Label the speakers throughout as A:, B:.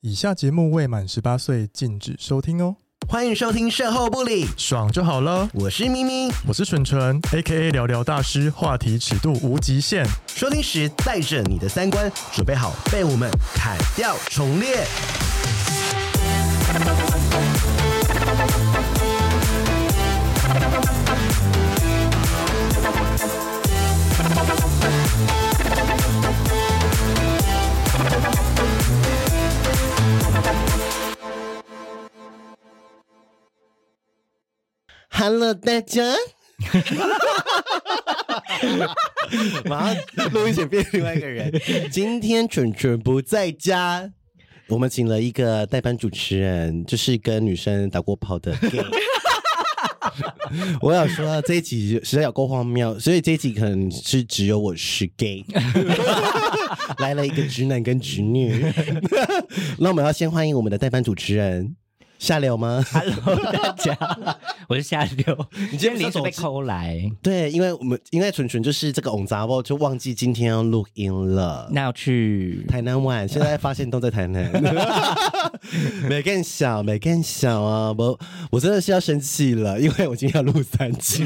A: 以下节目未满十八岁禁止收听哦，
B: 欢迎收听《售后不理》，
A: 爽就好了。
B: 我是咪咪。
A: 我是纯纯，A K A 聊聊大师，话题尺度无极限。
B: 收听时带着你的三观，准备好被我们砍掉重练。Hello，大家。马上录音前变另外一个人。今天蠢蠢不在家，我们请了一个代班主持人，就是跟女生打过炮的 gay。我有说这一集实在有够荒谬，所以这一集可能是只有我是 gay，来了一个直男跟直女。 那我们要先欢迎我们的代班主持人下流吗？
C: Hello，大家，我是夏 流。
B: 今
C: 你
B: 天不是
C: 临时
B: 手
C: 被
B: 机
C: 抠来，
B: 对，因为我们因为纯纯就是这个 on 杂报就忘记今天要录音了。
C: 那要去
B: 台南晚，现在发现都在台南， 没更小，没更小啊！我我真的是要生气了，因为我今天要录三 集，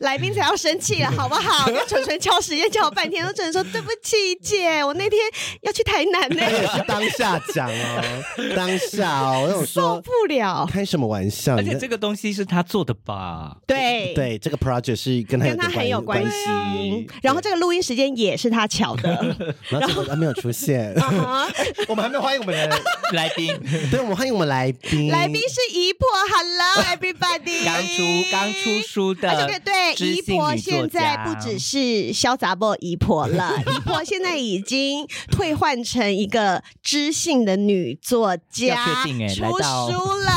D: 来宾才要生气了，好不好？跟纯纯敲时间敲半天，都只能说对不起姐，我那天要去台南呢、
B: 而且哎是当下讲哦， 当下哦，我想
D: 受
B: 说
D: 不了。
B: 开什么玩笑？
C: 而
B: 你
C: 且
B: 在
C: 这个东西是他做的吧？
D: 对，
B: 对这个 project 是跟他
D: 跟他很有
B: 关
D: 关
B: 系，
D: 然后这个录音时间也是他巧的，
B: 然后结果他没有出 现，
D: 啊
B: 啊我们还没有欢迎我们的，
C: 来宾
B: 对，我们欢迎我们来宾，
D: 来宾是姨婆，Hello everybody，
C: 刚出刚出。书的
D: 而且对，
C: 知
D: 姨
C: 性
D: 婆
C: 女作
D: 现
C: 家
D: 在不只是潇洒 boy 姨婆了，姨婆现在已经退换成一个知性的女作
C: 要
D: 家，
C: 确定欸来
D: 出
C: 到
D: 书 了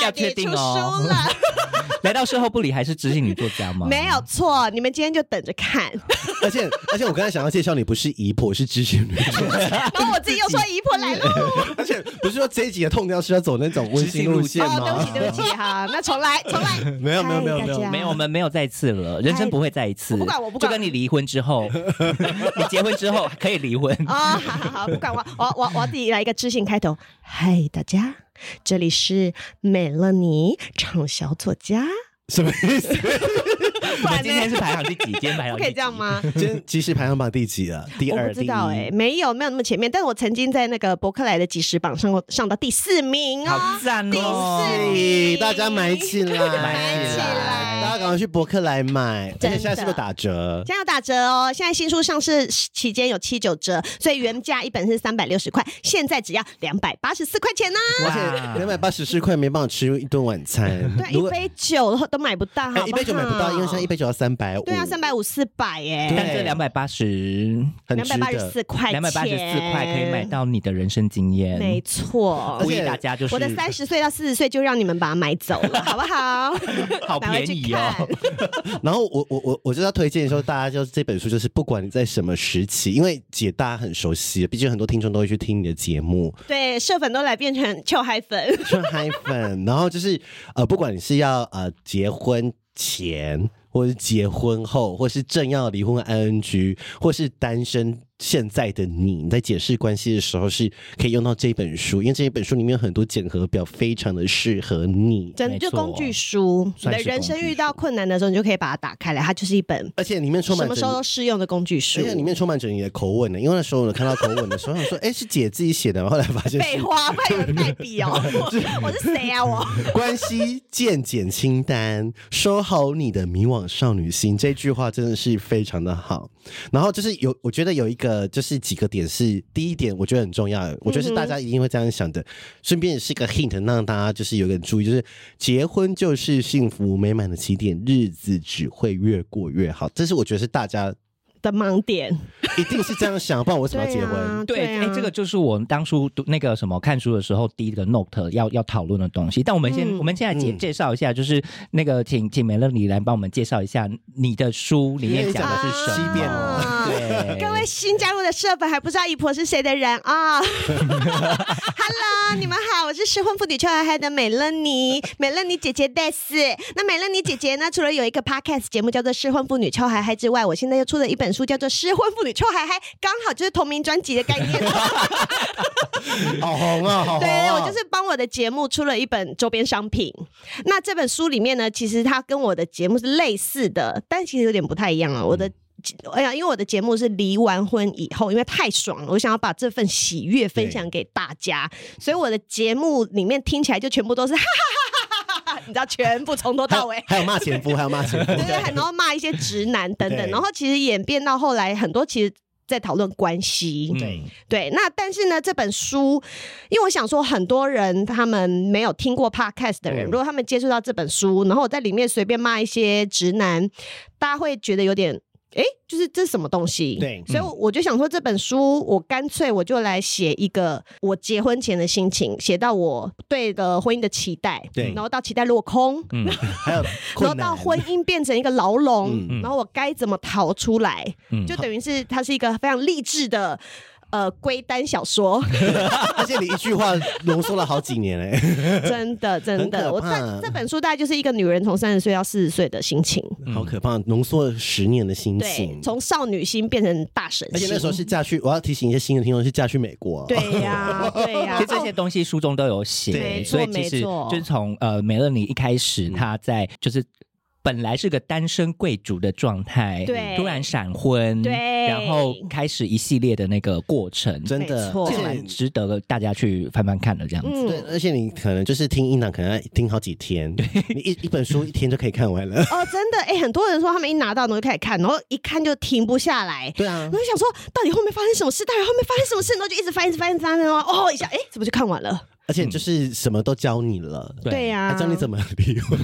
C: 要确
D: ，everybody 出
C: 定哦
D: 书了。
C: 来到售后不理还是知性女作家吗？
D: 没有错，你们今天就等 着看。
B: 而且而且我刚才想要介绍你不是姨婆，是知识女 主持人
D: 然后我自己又说姨婆来了，
B: 而且不是说这一集的痛调是要走那种温馨路线
D: 哦，对不
B: 吗
D: 起，？对不起哈，那重来，重来。
B: 没有没有没有
D: 嗨
B: 没
D: 大
B: 有
D: 家
C: 没有，我们没有再一次了，人生不会再一次。
D: 啊哎我不管我不管
C: 就跟你离婚之 后，你结婚之后可以离婚。
D: 哦，好好好，不管我，我我我自己来一个知性开头。嗨，大家，这里是美乐妮畅销作家，
B: 什么意思？
C: 我们今天是排行第几？今 天排行
D: 不
C: 第
D: 可
C: 几
D: 以这样？吗？
B: 今天其实排行榜第几 了？第
D: 我
B: 二，
D: 不知道
B: 第一
D: 哎、没有没有那么前面，但我曾经在那个博客来的即时榜上过上到第四名
C: 好
D: 哦，
C: 赞
D: 第
C: 哦！
D: 四
B: 哎
D: 名，
B: 大家买起来，
C: 买起来
B: 大家赶快去博客来买，而且
D: 真的
B: 现在是不是打折？
D: 现在有打折哦！现在新书上市期间有七九折，所以原价一本是三百六十块，现在只要两百八十四块钱呢、
B: 而且两百八十四块没办法吃一顿晚餐，
D: 对，啊一杯酒都买不到，好不
B: 哎
D: 好
B: 一杯酒买不到，因为像一杯酒要三百五，
D: 对啊，三百五四百
C: 但
D: 耶，
B: 对
C: 这两百八十
B: 很
D: 两
B: 值
D: 百八十
B: 得。
D: 四块钱，
C: 两百八十四块可以买，到你的人生经验，
D: 没错
B: 而
C: 鼓。
B: 且
C: 励大家就是
D: 我的三十岁到四十岁就让你们把它买走了，好不 好？
C: 好便宜哦
D: 拿回去看
B: 然后我我我我就要推荐说，大家就是这本书，就是不管你在什么时期，因为姐大家很熟悉，毕竟很多听众都会去听你的节目，
D: 对，社粉都来变成臭嗨粉，
B: 穿嗨粉，然后就是呃，不管你是要呃结婚前，或是结婚后，或是正要离婚 ING，或是单身现在的你，你在解释关系的时候是可以用到这本书，因为这一本书里面有很多检核表，非常的适合你。
D: 真的
C: 没
D: 就
C: 错
D: 工具书。你
C: 算
D: 的
C: 是
D: 人生
C: 工具
D: 遇到困难的时候，你就可以把它打开来，它就是一本
B: 而且里面充
D: 什
B: 满
D: 么
B: 着
D: 时候都适用的工具书
B: 而。且里面充满着你的口吻呢，因为那时候我看到口吻的时候，我想说：“哎、是姐自己写的吗。”后来发现
D: 废
B: 是
D: 话，不然有人代 笔哦。我我是谁啊？我
B: 关系健检清单，收好你的迷惘少女心，这句话真的是非常的好。然后就是有，我觉得有一个就是几个点是第一点，我觉得很重要，我觉得是大家一定会这样想的。顺便也是一个 hint，让大家就是有一个注意，就是结婚就是幸福美满的起点，日子只会越过越好。这是我觉得是大家
D: 的盲点。
B: 一定是这样想，不然我为什么要结婚？
C: 对，哎、
D: 啊
C: 这个就是我们当初读那个什么看书的时候第一个 note 要要讨论的东西。但我们先、
D: 嗯
C: 我们现在介
B: 嗯
C: 介绍一下，就是那个请请美乐你来帮我们介绍一下你的书里面讲的是什
B: 欺骗
C: 么。
B: 哦
D: 啊
C: 对，
D: 各位新加入的社粉还不知道姨婆是谁的人啊、Hello，你们好，我是失婚妇女秋嗨嗨的美乐妮，美乐妮姐姐 d e s 那美乐妮姐姐呢，除了有一个 podcast 节目叫做《失婚妇女秋嗨嗨》之外，我现在又出了一本书叫做《失婚妇女臭嗨嗨》，刚好就是同名专辑的概念。
B: 好红啊，好红、
D: 对，
B: 啊！
D: 我就是帮我的节目出了一本周边商品。那这本书里面呢，其实它跟我的节目是类似的，但其实有点不太一样啊。我的，哎呀，因为我的节目是离完婚以后，因为太爽了，我想要把这份喜悦分享给大家，所以我的节目里面听起来就全部都是哈哈哈哈哈哈，你知道，全部从头
B: 还
D: 到
B: 有
D: 尾。
B: 还有骂前夫，还有骂前夫，
D: 对对，然后骂一些直男等等
B: 对，
D: 然后其实演变到后来，很多其实在讨论关系，
B: 对
C: 嗯
D: 对，那但是呢，这本书，因为我想说，很多人他们没有听过 podcast 的人，
B: 嗯
D: 如果他们接触到这本书，然后我在里面随便骂一些直男，大家会觉得有点。诶，就是这是什么东西？
B: 对
D: 嗯
B: 嗯
D: 所以我我就想说，这本书我干脆我就来写一个我结婚前的心情，写到我对的婚姻的期待，
B: 对
D: 然后到期待落空，
C: 嗯
B: 还有
D: 然后
B: 困难
D: 到婚姻变成一个牢笼，
B: 嗯
C: 嗯
D: 然后我该怎么逃出来？
C: 嗯
D: 就等于是它是一个非常励志的呃归单 小说，
B: 而且你一句话浓缩了好几年哎、欸，
D: 真的真
B: 很可
D: 的。我
B: 怕
D: 这这本书大概就是一个女人从三十岁到四十岁的心情，
C: 嗯
B: 好可怕！浓缩了十年的心
D: 对
B: 情，，
D: 从少女心变成大神
B: 而且
D: 心
B: 那时候是嫁去，我要提醒一些新的听众是嫁去美国、啊
D: 对呀对呀
C: 其实这些
D: 哦
C: 东西书中都有
B: 对
C: 写，
B: 没
D: 错
C: 所以其实
D: 哦没错嗯
C: 就是从呃梅乐妮一开始，她在就是。本来是个单身贵族的状态，
D: 对
C: 突然闪婚，
D: 对
C: 然后开始一系列的那个过程，
B: 真的
D: 没，错
B: 而
C: 这
B: 且
C: 蛮
B: 你
C: 值得大家去翻翻看的这样子。
B: 对，
D: 嗯。
B: 而且你可能就是听音档，可能要听好几天，你一一本书一天就可以看完 了。
D: 哦，真的，哎、很多人说他们一拿到然后就开始看，然后一看就停不下来，
B: 对啊
D: 然后，就想说到底后面发生什么事，到底后面发生什么事，然后就一直翻，一直翻，一直翻，然后哦一下，哎、怎么就看完了？
B: 而且就是什么都教你了，
D: 对呀、
B: 还教你怎么离婚。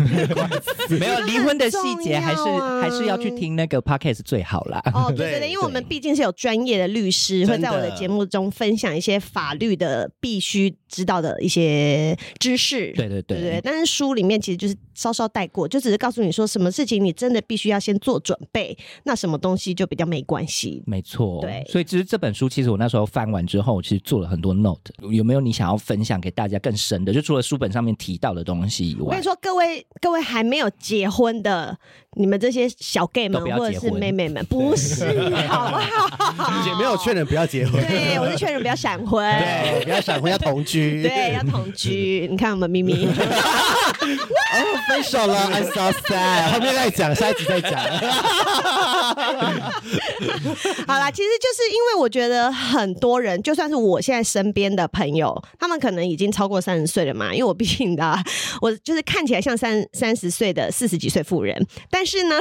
C: 没有离婚的细节，还是
D: 很重要啊
C: 还是要去听那个 podcast 最好啦。
D: 哦，对
B: 对
D: 对对，因为
B: 对
D: 我们毕竟是有专业的律师，会
B: 真的
D: 在我的节目中分享一些法律的必须知道的一些知识。
C: 对对对
D: 对对，但是书里面其实就是稍稍带过，就只是告诉你说什么事情你真的必须要先做准备，那什么东西就比较没关系。
C: 没错，哦
D: 对
C: 所以其实这本书，其实我那时候翻完之后，其实做了很多 note。有没有你想要分享给大家更深的？就除了书本上面提到的东西以
D: 我
C: 外
D: 跟你，说，各位各位还没有结婚的，你们这些小 gay
C: 都
D: 们
C: 不要
D: 或者
C: 结
D: 是
C: 婚
D: 妹妹们，不是好不好？
B: 也没 有劝人不要结婚，
D: 对，我是劝人不要闪婚。
B: 对，不要闪婚，要同居，
D: 对，要同居。你看我们咪咪。
B: 哦，分手了，I'm so sad。后面再讲，下一集再讲。
D: 好啦，其实就是因为我觉得很多人，就算是我现在身边的朋友，他们可能已经超过三十岁了嘛，因为我毕竟的、啊 我就是看起来像三三十岁的四十几岁妇人，但是呢，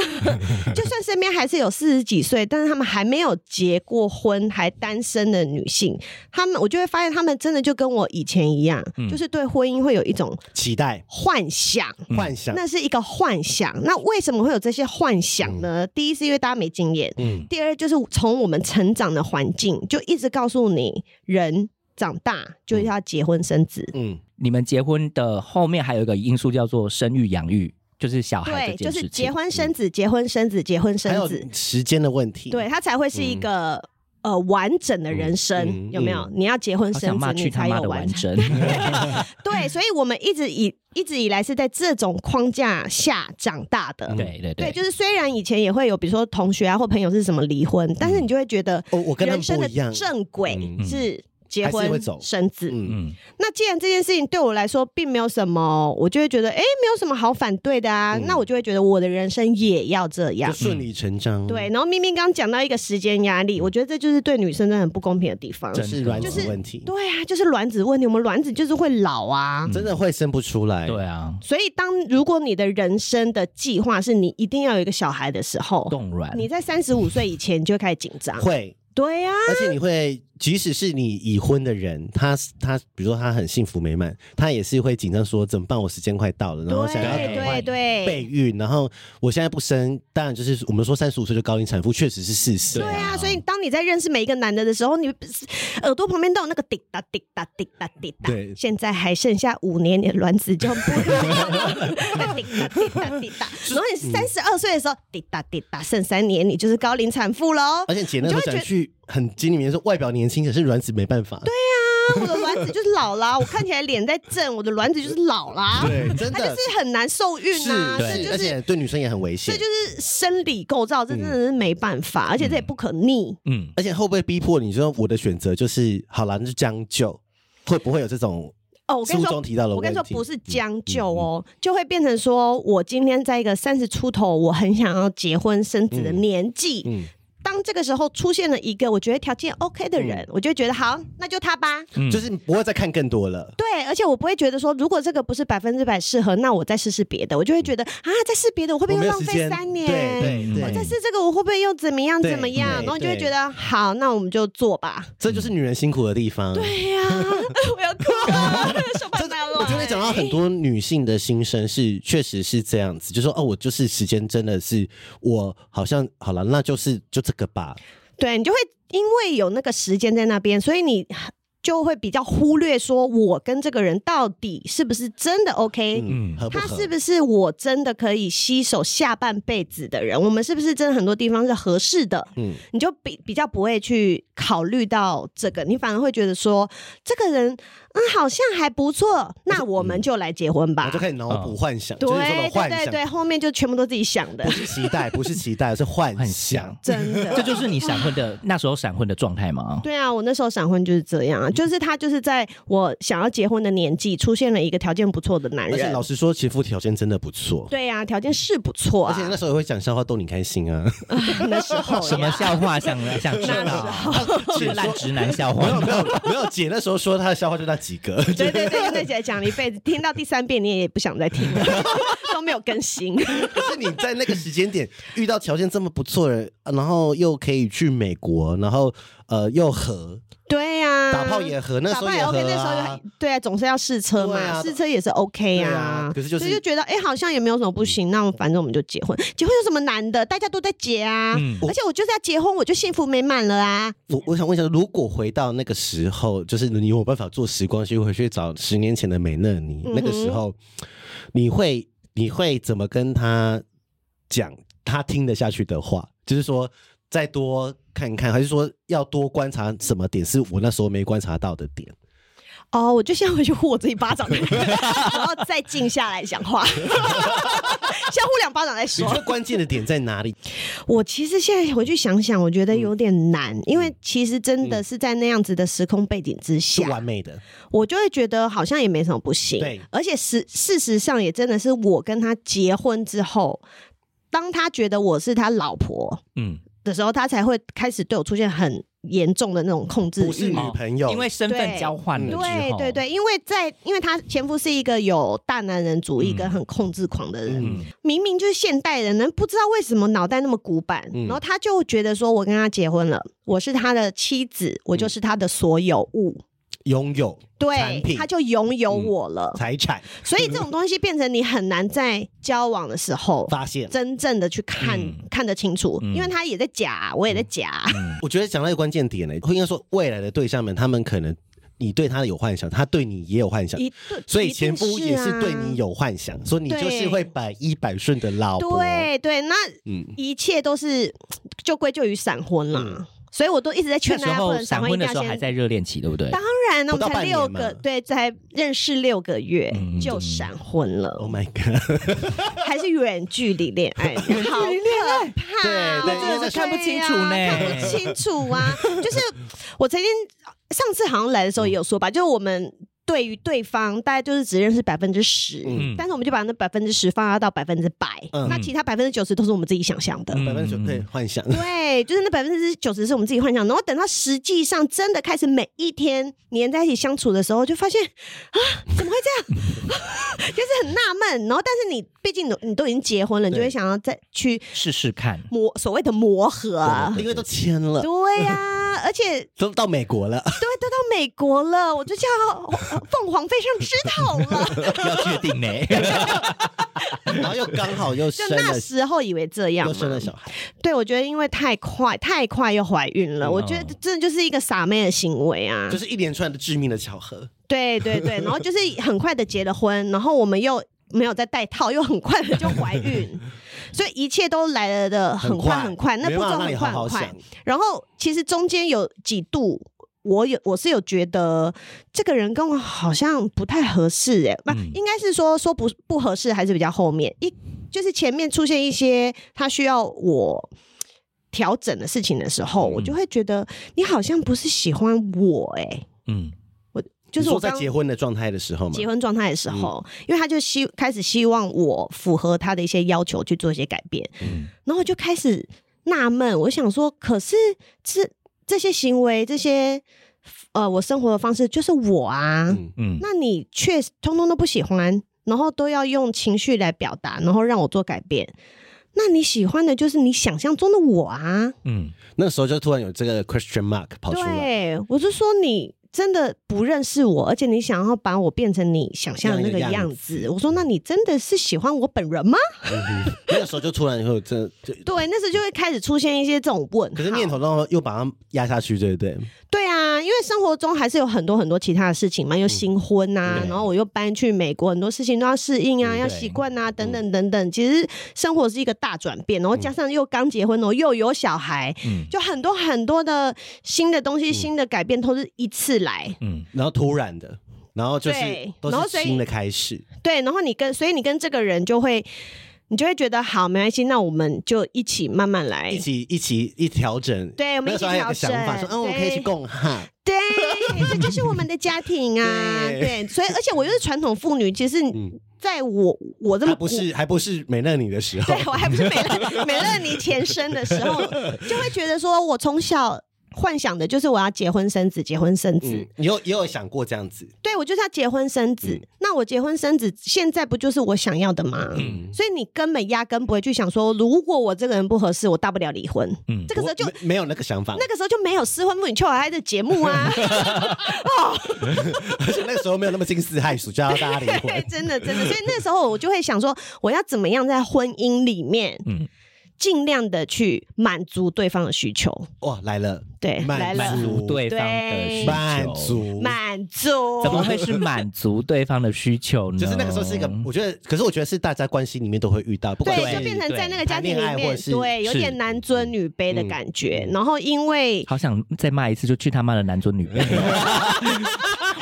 D: 就算身边还是有四十几岁，但是他们还没有结过婚还单身的女性，他们我就会发现，他们真的就跟我以前一样，就是对婚姻会有一种
B: 期待、
D: 幻想。
B: 幻想，
D: 那是一个幻想。那为什么会有这些幻想呢？
C: 嗯
D: 第一是因为大家没经验，
B: 嗯，
D: 第二就是从我们成长的环境就一直告诉你，人长大就是要结婚生子。
B: 嗯，
C: 你们结婚的后面还有一个因素叫做生育养育，就是小孩
D: 对，
C: 这件
D: 就
C: 事
D: 是
C: 情。嗯
D: 结婚生子，结婚生子，结婚
B: 还
D: 生
B: 有
D: 子，
B: 时间的问题。
D: 对，他才会是
C: 嗯
D: 一个、呃完整的人生，
B: 嗯嗯
D: 有没有？
B: 嗯
D: 你要结婚
C: 好
D: 生
C: 想
D: 子
C: 骂，
D: 你
C: 去他
D: 才
C: 妈
D: 有
C: 的完
D: 整。
C: 整。
D: 对，所以我们一直以一直以来是在这种框架下长大的。
C: 对对
D: 对，
C: 对，
D: 就是虽然以前也会有，比如说同学啊或朋友是什么离婚，但是你就会觉得
B: 哦，我跟他
D: 人
B: 们
D: 生
B: 不
D: 的
B: 一样。
D: 正轨
B: 嗯
D: 是结
B: 还是会
D: 婚
B: 走
D: 生子。
B: 嗯，
C: 嗯，
D: 那既然这件事情对我来说并没有什么，我就会觉得哎、诶没有什么好反对的啊。
B: 嗯
D: 那我就会觉得我的人生也要这样
B: 就。顺理成章。
D: 对，，然后明明刚刚讲到一个时间压力，我觉得这就是对女生真的很不公平的地方。
B: 就是卵
D: 就是
B: 子问题，
D: 对啊，就是卵子问题，我们卵子就是会老啊。
B: 真的会生不出来。
C: 对啊，
D: 所以当如果你的人生的计划是你一定要有一个小孩的时候，
C: 冻卵。
D: 你在三十五岁以前你就会开始紧张。
B: 会，
D: 对啊呀、
B: 而且你会，即使是你已婚的人，他他，比如说他很幸福美满，他也是会紧张说怎么办？我时间快到了，然后想要
D: 对
B: 赶快
D: 对对，
B: 备孕，然后我现在不生，当然就是我们说三十五岁就高龄产妇，确实是事实。
D: 对啊，所以当你在认识每一个男的的时候，你耳朵旁边都有那个滴答滴答滴答滴答。
B: 对
D: 现在还剩下五年，你的卵子就不一样了。滴答滴 答滴答，然后
B: 嗯
D: 你三十二岁的时候，滴答滴答，剩三年，你就是高龄产妇喽。啊
B: 而且姐那时候讲一句很经里面说，外表年轻，可是卵子没办法。对
D: 我的卵子就是老啦，我看起来脸在正，我的卵子就是老啦，
B: 对，真
D: 它
B: 的
D: 就是很难受孕啊，
B: 是是，
D: 这啊就
B: 而
D: 是
B: 且对女生也很危
D: 这
B: 险。
D: 就是生理构造，这真
B: 嗯
D: 的是没办法，而且这也不可逆。
C: 嗯，
B: 而且会不会逼迫你说我的选择就是好了，那就将就？会不会有这种
D: 哦，我跟
B: 书
D: 你
B: 中
D: 说。
B: 提到的
D: 我
B: 问
D: 跟
B: 题？嗯
D: 你说，不是将就哦，就会变成说，我今天在一个三十出头，我很想要结婚生子的年纪，
B: 嗯，
D: 当这个时候出现了一个我觉得条件 OK 的人，
B: 嗯
D: 我就会觉得好，那就他吧。
C: 嗯
B: 就是不会再看更多了。
D: 对，而且我不会觉得说，如果这个不是百分之百适合，那我再试试别的，我就会觉得啊，再试别的，我会不
B: 我
D: 会
B: 没
D: 又
B: 有
D: 浪
B: 时
D: 费
B: 间
D: 三
B: 对
D: 年？
B: 对
C: 嗯
D: 再
B: 对，
D: 试这个，我会不会又怎么样
B: 对
D: 怎么样？
B: 对
D: 然后你就会
B: 对
D: 觉得好，那我们就做吧。
B: 这就是女人辛苦的地方。对，
D: 对哎呀、 我要哭了，手把拿
B: 我觉得讲到很多女性的心声是，确实是这样子，就说哦，我就是时间真的是我好像好了，那就是就这个吧。
D: 对你就会因为有那个时间在那边，所以你就会比较忽略说，我跟这个人到底是不是真的 OK，、
B: 嗯，
C: 嗯
B: 合不
D: 他
B: 合？
D: 哎是不是我真的可以携手下半辈子的人？我们是不是真的很多地方是合适的？
B: 嗯，
D: 你就比比较不会去考虑到这个，你反而会觉得说，这个人嗯好像还不错，那我们就来结婚吧
B: 嗯我就。开始脑补幻想，
D: 对
B: 就是这种
D: 对
B: 幻
D: 对
B: 想，
D: 对，后面就全部都自己想的
B: 不，是期待，不是期待，是幻
C: 幻
B: 想
C: 想。
D: 真的。
C: 这就是你闪婚的那时候闪婚的状态嘛？
D: 对啊，我那时候闪婚就是这样啊，就是他就是在我想要结婚的年纪出现了一个条件不错的男
B: 而且
D: 人
B: 老。实说，其实附条件真的不错。
D: 对啊，条件是不错
B: 而且那
D: 啊，
B: 时候也会讲笑话逗你开心啊，
D: 那时 候
C: 什么
D: 呀
C: 笑话想想知道？ 是烂直男 笑
B: 没有
C: 话
B: 没。有没有，姐那时候说她的笑话就那几个，
D: 对对 对，那姐讲了一辈子，听到第三遍你也不想再听了， 都没有更新。
B: 可是你在那个时间点遇到条件这么不错的人，呃然后又可以去美国，然后呃又合
D: 对呀、啊，
B: 打炮也合，那时
D: 打
B: 候
D: 扮
B: 也
D: 也 OK，
B: 合
D: 那时候
B: 啊
D: 就。对啊，总是要试车
B: 对啊
D: 嘛，试、车也是 OK 呀、
B: 对啊可是就是
D: 所以就觉得哎、好像也没有什么不行，那我反正我们就结婚，结婚有什么难的？大家都在结啊，
C: 嗯
D: 而且我就是要结婚，我就幸福美满了啊。
B: 我我想问一下，如果回到那个时候，就是你有办法做时光机回去找十年前的美乐你，
D: 嗯哼
B: 那个时候你会你会怎么跟他讲他听得下去的话？就是说再多看看，还是说要多观察什么点是我那时候没观察到的 点？
D: 哦，我就先回去呼我自己巴掌，然后再静下来讲话，先呼两巴掌再
B: 你觉
D: 说。
B: 得关键的点在哪里？
D: 我其实现在回去想想，我觉
B: 嗯
D: 得有点难，因为其实真的是在那样子的时空背景之
B: 是
D: 下，
B: 完美的，
D: 我就会觉得好像也没什么不行。
B: 对
D: 而且实事实上也真的是我跟他结婚之后，当他觉得我是他老婆
C: 嗯，
D: 的时候，他才会开始对我出现很严重的那种控制
B: 不是
D: 欲
B: 女朋友，
C: 因为身份交换了之
D: 对
C: 后，
D: 对，对，因为在因为他前夫是一个有大男人主义
C: 嗯
D: 跟很控制狂的人，
B: 嗯
D: 明明就是现代人，能不知道为什么脑袋那么古板，
B: 嗯
D: 然后他就觉得说我跟他结婚了，我是他的妻子，我就是他的所有物，
B: 拥有产
D: 对，
B: 品嗯
D: 他就拥有我了。
B: 财产
D: 所以这种东西变成你很难在交往的时候
B: 发现。
D: 真正的去看、
C: 嗯
D: 看得清楚，
C: 嗯
D: 因为他也在假，我也在假。
B: 我觉得讲到一个关键点呢，会应该说未来的对象们，他们可能你对他有幻想，他对你也有幻想，
D: 一对
B: 所
D: 一
B: 以
D: 定
B: 前夫也是
D: 啊
B: 对你有幻想，所以你就是
D: 对
B: 会百依百顺的老婆。，
D: 对对，那
B: 嗯，
D: 一切都是就归咎于闪婚啦。
B: 嗯
D: 所以我都一直在劝
C: 那
D: 大
C: 时
D: 家不
C: 候
D: 能闪
C: 闪
D: 婚，一
C: 婚
D: 定
C: 的
D: 要
C: 时候还
D: 先。
C: 在热恋期，对不对
D: 当？然啊呢，我
B: 不到
D: 们才
B: 半年
D: 六
B: 嘛
D: 个，对，才认识六个月
C: 嗯
D: 就闪婚了，
B: Oh my god！
D: 还是远距离恋 爱，好可怕哦！
B: 对对真的
D: 对啊
B: 是
C: 看不清楚呢
D: 看不清楚啊！ 就是我曾经上次好像来的时候也有说吧，就是我们对于对方大概就是只认识百分之十，
B: 嗯
D: 但是我们就把那百分之十放大到百分之百，
B: 嗯
D: 那其他百分之九十都是我们自己想象的。
C: 嗯
B: 百分之九对幻想，
D: 对，就是那百分之九十是我们自己幻想，然后等到实际上真的开始每一天黏在一起相处的时候，就发现啊，怎么会这样？ 就是很纳闷。然后，但是你毕竟你你都已经结婚了，你就
B: 对
D: 会想要再去
C: 试试 看，
D: 磨所谓的磨合。
B: 因为都签了，
D: 对呀、而且
B: 都到美国了，
D: 对都到美国了，我就叫呃凤凰飞上枝头 了。
C: 要确 定呢。
B: 然后又刚好又
D: 就
B: 生
D: 那
B: 了，
D: 时候以为这样
B: 又生了
D: 嘛，
B: 小孩，
D: 对我觉得因为太快太快又怀孕了，我觉
C: 嗯
D: 得真的就是一个傻妹的行为啊，
B: 哦就是一连串的致命的巧合。
D: 对对对，然后就是很快的结了婚，然后我们又没有再戴套，又很快的就怀 孕，所以一切都来了的很快
B: 快
D: 很快，那
B: 没
D: 步
B: 办
D: 骤
B: 法让你好
D: 很快很
B: 好
D: 快
B: 想。，
D: 然后其实中间有几度。我有我是有觉得这个人跟我好像不太合适哎、不、
C: 嗯
D: 应该是说说不不合适还是比较后面一就是前面出现一些他需要我调整的事情的时
B: 嗯
D: 候，我就会觉得你好像不是喜欢我哎、
C: 嗯，
D: 就是
B: 你说
D: 我
B: 在
D: 刚
B: 结婚的状态的时候嘛，
D: 结婚状态的时候，因为他就希开始希望我符合他的一些要求去做一些改变，然后我就开始纳闷，我想说，可是这这些行为，这些呃，我生活的方式就是我啊，
B: 嗯
C: 嗯，
D: 那你却通通都不喜欢，然后都要用情绪来表达，然后让我做改变。那你喜欢的就是你想象中的我啊，
C: 嗯，
B: 那时候就突然有这个 question mark 跑出来，
D: 对，我就说你真的不认识我，而且你想要把我变成你想象的那个
B: 那个
D: 样
B: 样
D: 子。我说，那你真的是喜欢我本人吗？
B: 嗯哼那个时候就突然会有这，就
D: 对，那时候就会开始出现一些这种问号。
B: 可是念头当中又把它压下去，对不对？
D: 对啊，因为生活中还是有很多很多其他的事情嘛，又新婚呐、
C: 对
D: 然后我又搬去美国，很多事情都要适应啊，
C: 嗯
D: 要
C: 对
D: 习惯啊，等等等等。其实生活是一个大转变，然后加上又刚结婚，然后又有小孩，
C: 嗯
D: 就很多很多的新的东西、新的改变都是一次来。
C: 嗯，
B: 然后突然的，然后就是
D: 对
B: 都
D: 然后
B: 是
D: 所以
B: 新的开始，
D: 对，然后你跟，所以你跟这个人就会，你就会觉得好，没关系，那我们就一起慢慢来
B: 一。起一起一调整。
D: 哎对，我们
B: 那
D: 一
B: 时
D: 起
B: 候还有
D: 调
B: 个
D: 整
B: 想。法说，嗯，我可以去
D: 对
B: 共哈，
D: 对，这就是我们的家庭啊。对，
B: 对
D: 所以而且我又是传统妇女，其实
B: 嗯
D: 在我我这么
B: 还不是还不是美乐你的时候
D: 对，我还不是美乐美乐你前身的时候，就会觉得说我从小。幻想的就是我要结婚生子，结婚生子，
B: 嗯，你有也有想过这样子，
D: 对我就是要结婚生子。
B: 嗯
D: 那我结婚生子，现在不就是我想要的吗？
B: 嗯，
D: 所以你根本压根不会去想说，如果我这个人不合适，我大不了离婚。
C: 嗯
D: 这个时候就
B: 我没没有那个想法，
D: 那个时候就没有失婚妇女邱海爱的节目 啊。
B: 而 且那个时候没有那么惊世骇俗，就要大家离
D: 对，
B: 婚。
D: 真的真的，所以那时候我就会想说，我要怎么样在婚姻里面，
C: 嗯
D: 尽量的去满足对方的需求，
C: 哦
B: 哇，来了，
D: 对，来
B: 满
D: 了，
C: 足对方的需求，
B: 满，足，
D: 满足，
C: 怎么会是满足对方的需求呢？
B: 就是那个时候是一个，我觉得，可是我觉得是大家关系里面都会遇到，不管
D: 对，
B: 是
D: 就变成在那个家庭
B: 谈恋
D: 里
B: 爱或
D: 面
B: 者，是
D: 对，有
C: 是
D: 点男尊女卑的
B: 嗯
D: 感觉。然后因为
C: 好想再骂一次，就去他妈的男尊女 卑。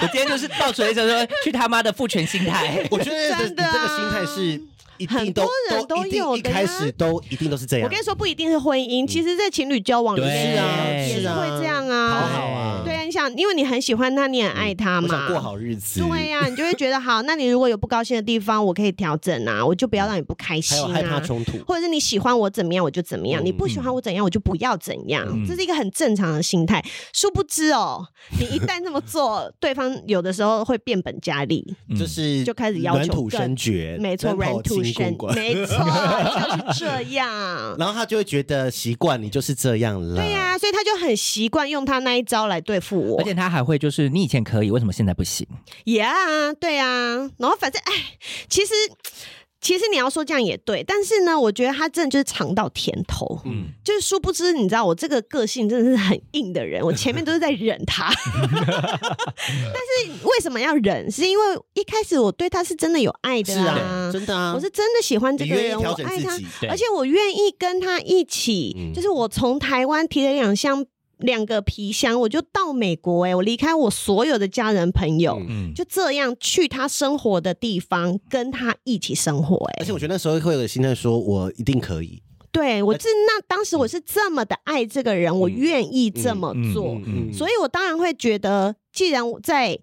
C: 我今天就是到处一直说去他妈的父权心态。
B: 我觉得这
D: 真的啊
B: 这个心态是一
D: 很
B: 定
D: 多
B: 都
D: 人
B: 都
D: 都
B: 一定
D: 有
B: 一
D: 的呀
B: 开始都一定都是这样。
D: 我跟你说，不一定是婚姻，其实，在情侣交往里面
C: 啊对是啊
D: 也是
C: 是啊
D: 会这样
B: 好
D: 啊。
B: 好啊，
D: 对啊，你想，因为你很喜欢他，你很爱他
B: 嗯我
D: 嘛，
B: 想过好日子。
D: 对啊呀、你就会觉得好，那你如果有不高兴的地方，我可以调整啊，我就不要让你不开
B: 还
D: 心
B: 有害怕嗯
D: 啊。
B: 冲突，
D: 或者是你喜欢我怎么样，我就怎么样；你不喜欢我怎样，我就不要怎样。
C: 嗯
D: 这是一个很正常的心态。殊不知哦，你一旦这么做，对方有的时候会变本加厉。
C: 嗯
B: 就是
D: 就开始要求
B: 软土生绝，
D: 没错，
B: 人
D: 软
B: 口
D: 土
B: 亲
D: 生
B: 滚，滚
D: 没错， 就是这样。
B: 然后他就会觉得习惯你就是这样了。
D: 对啊呀、所以他就很习惯用他那一招来对付我
C: 而。且他还会就是你以前可以，为什么现在不行？
D: Yeah，对啊，然后反正哎，其实其实你要说这样也对，但是呢，我觉得他真的就是尝到甜头，
C: 嗯，
D: 就是殊不知，你知道我这个个性真的是很硬的人，我前面都是在忍他，但是为什么要忍？是因为一开始我对他是真的有爱的
B: 是啊，
D: 啊，
B: 真的啊，
D: 我是真的喜欢这
B: 你
D: 个
B: 愿
D: 人，
B: 意
D: 我
B: 调整
D: 爱他
B: 自，己，
C: 对
D: 而且我愿意跟他一起，
B: 嗯
D: 就是我从台湾提了两箱两个皮箱，我就到美国、欸，我离开我所有的家人朋友，
B: 嗯
C: 嗯，
D: 就这样去他生活的地方，跟他一起生活、欸，
B: 而
C: 呃
B: 且我觉得那时候会有个心态，说我一定可以。
D: 对
C: 呃
D: 我是那当时
C: 嗯
D: 我是这么的爱这个人，我愿意这么做，
C: 嗯嗯
D: 所以我当然会觉得，既然我在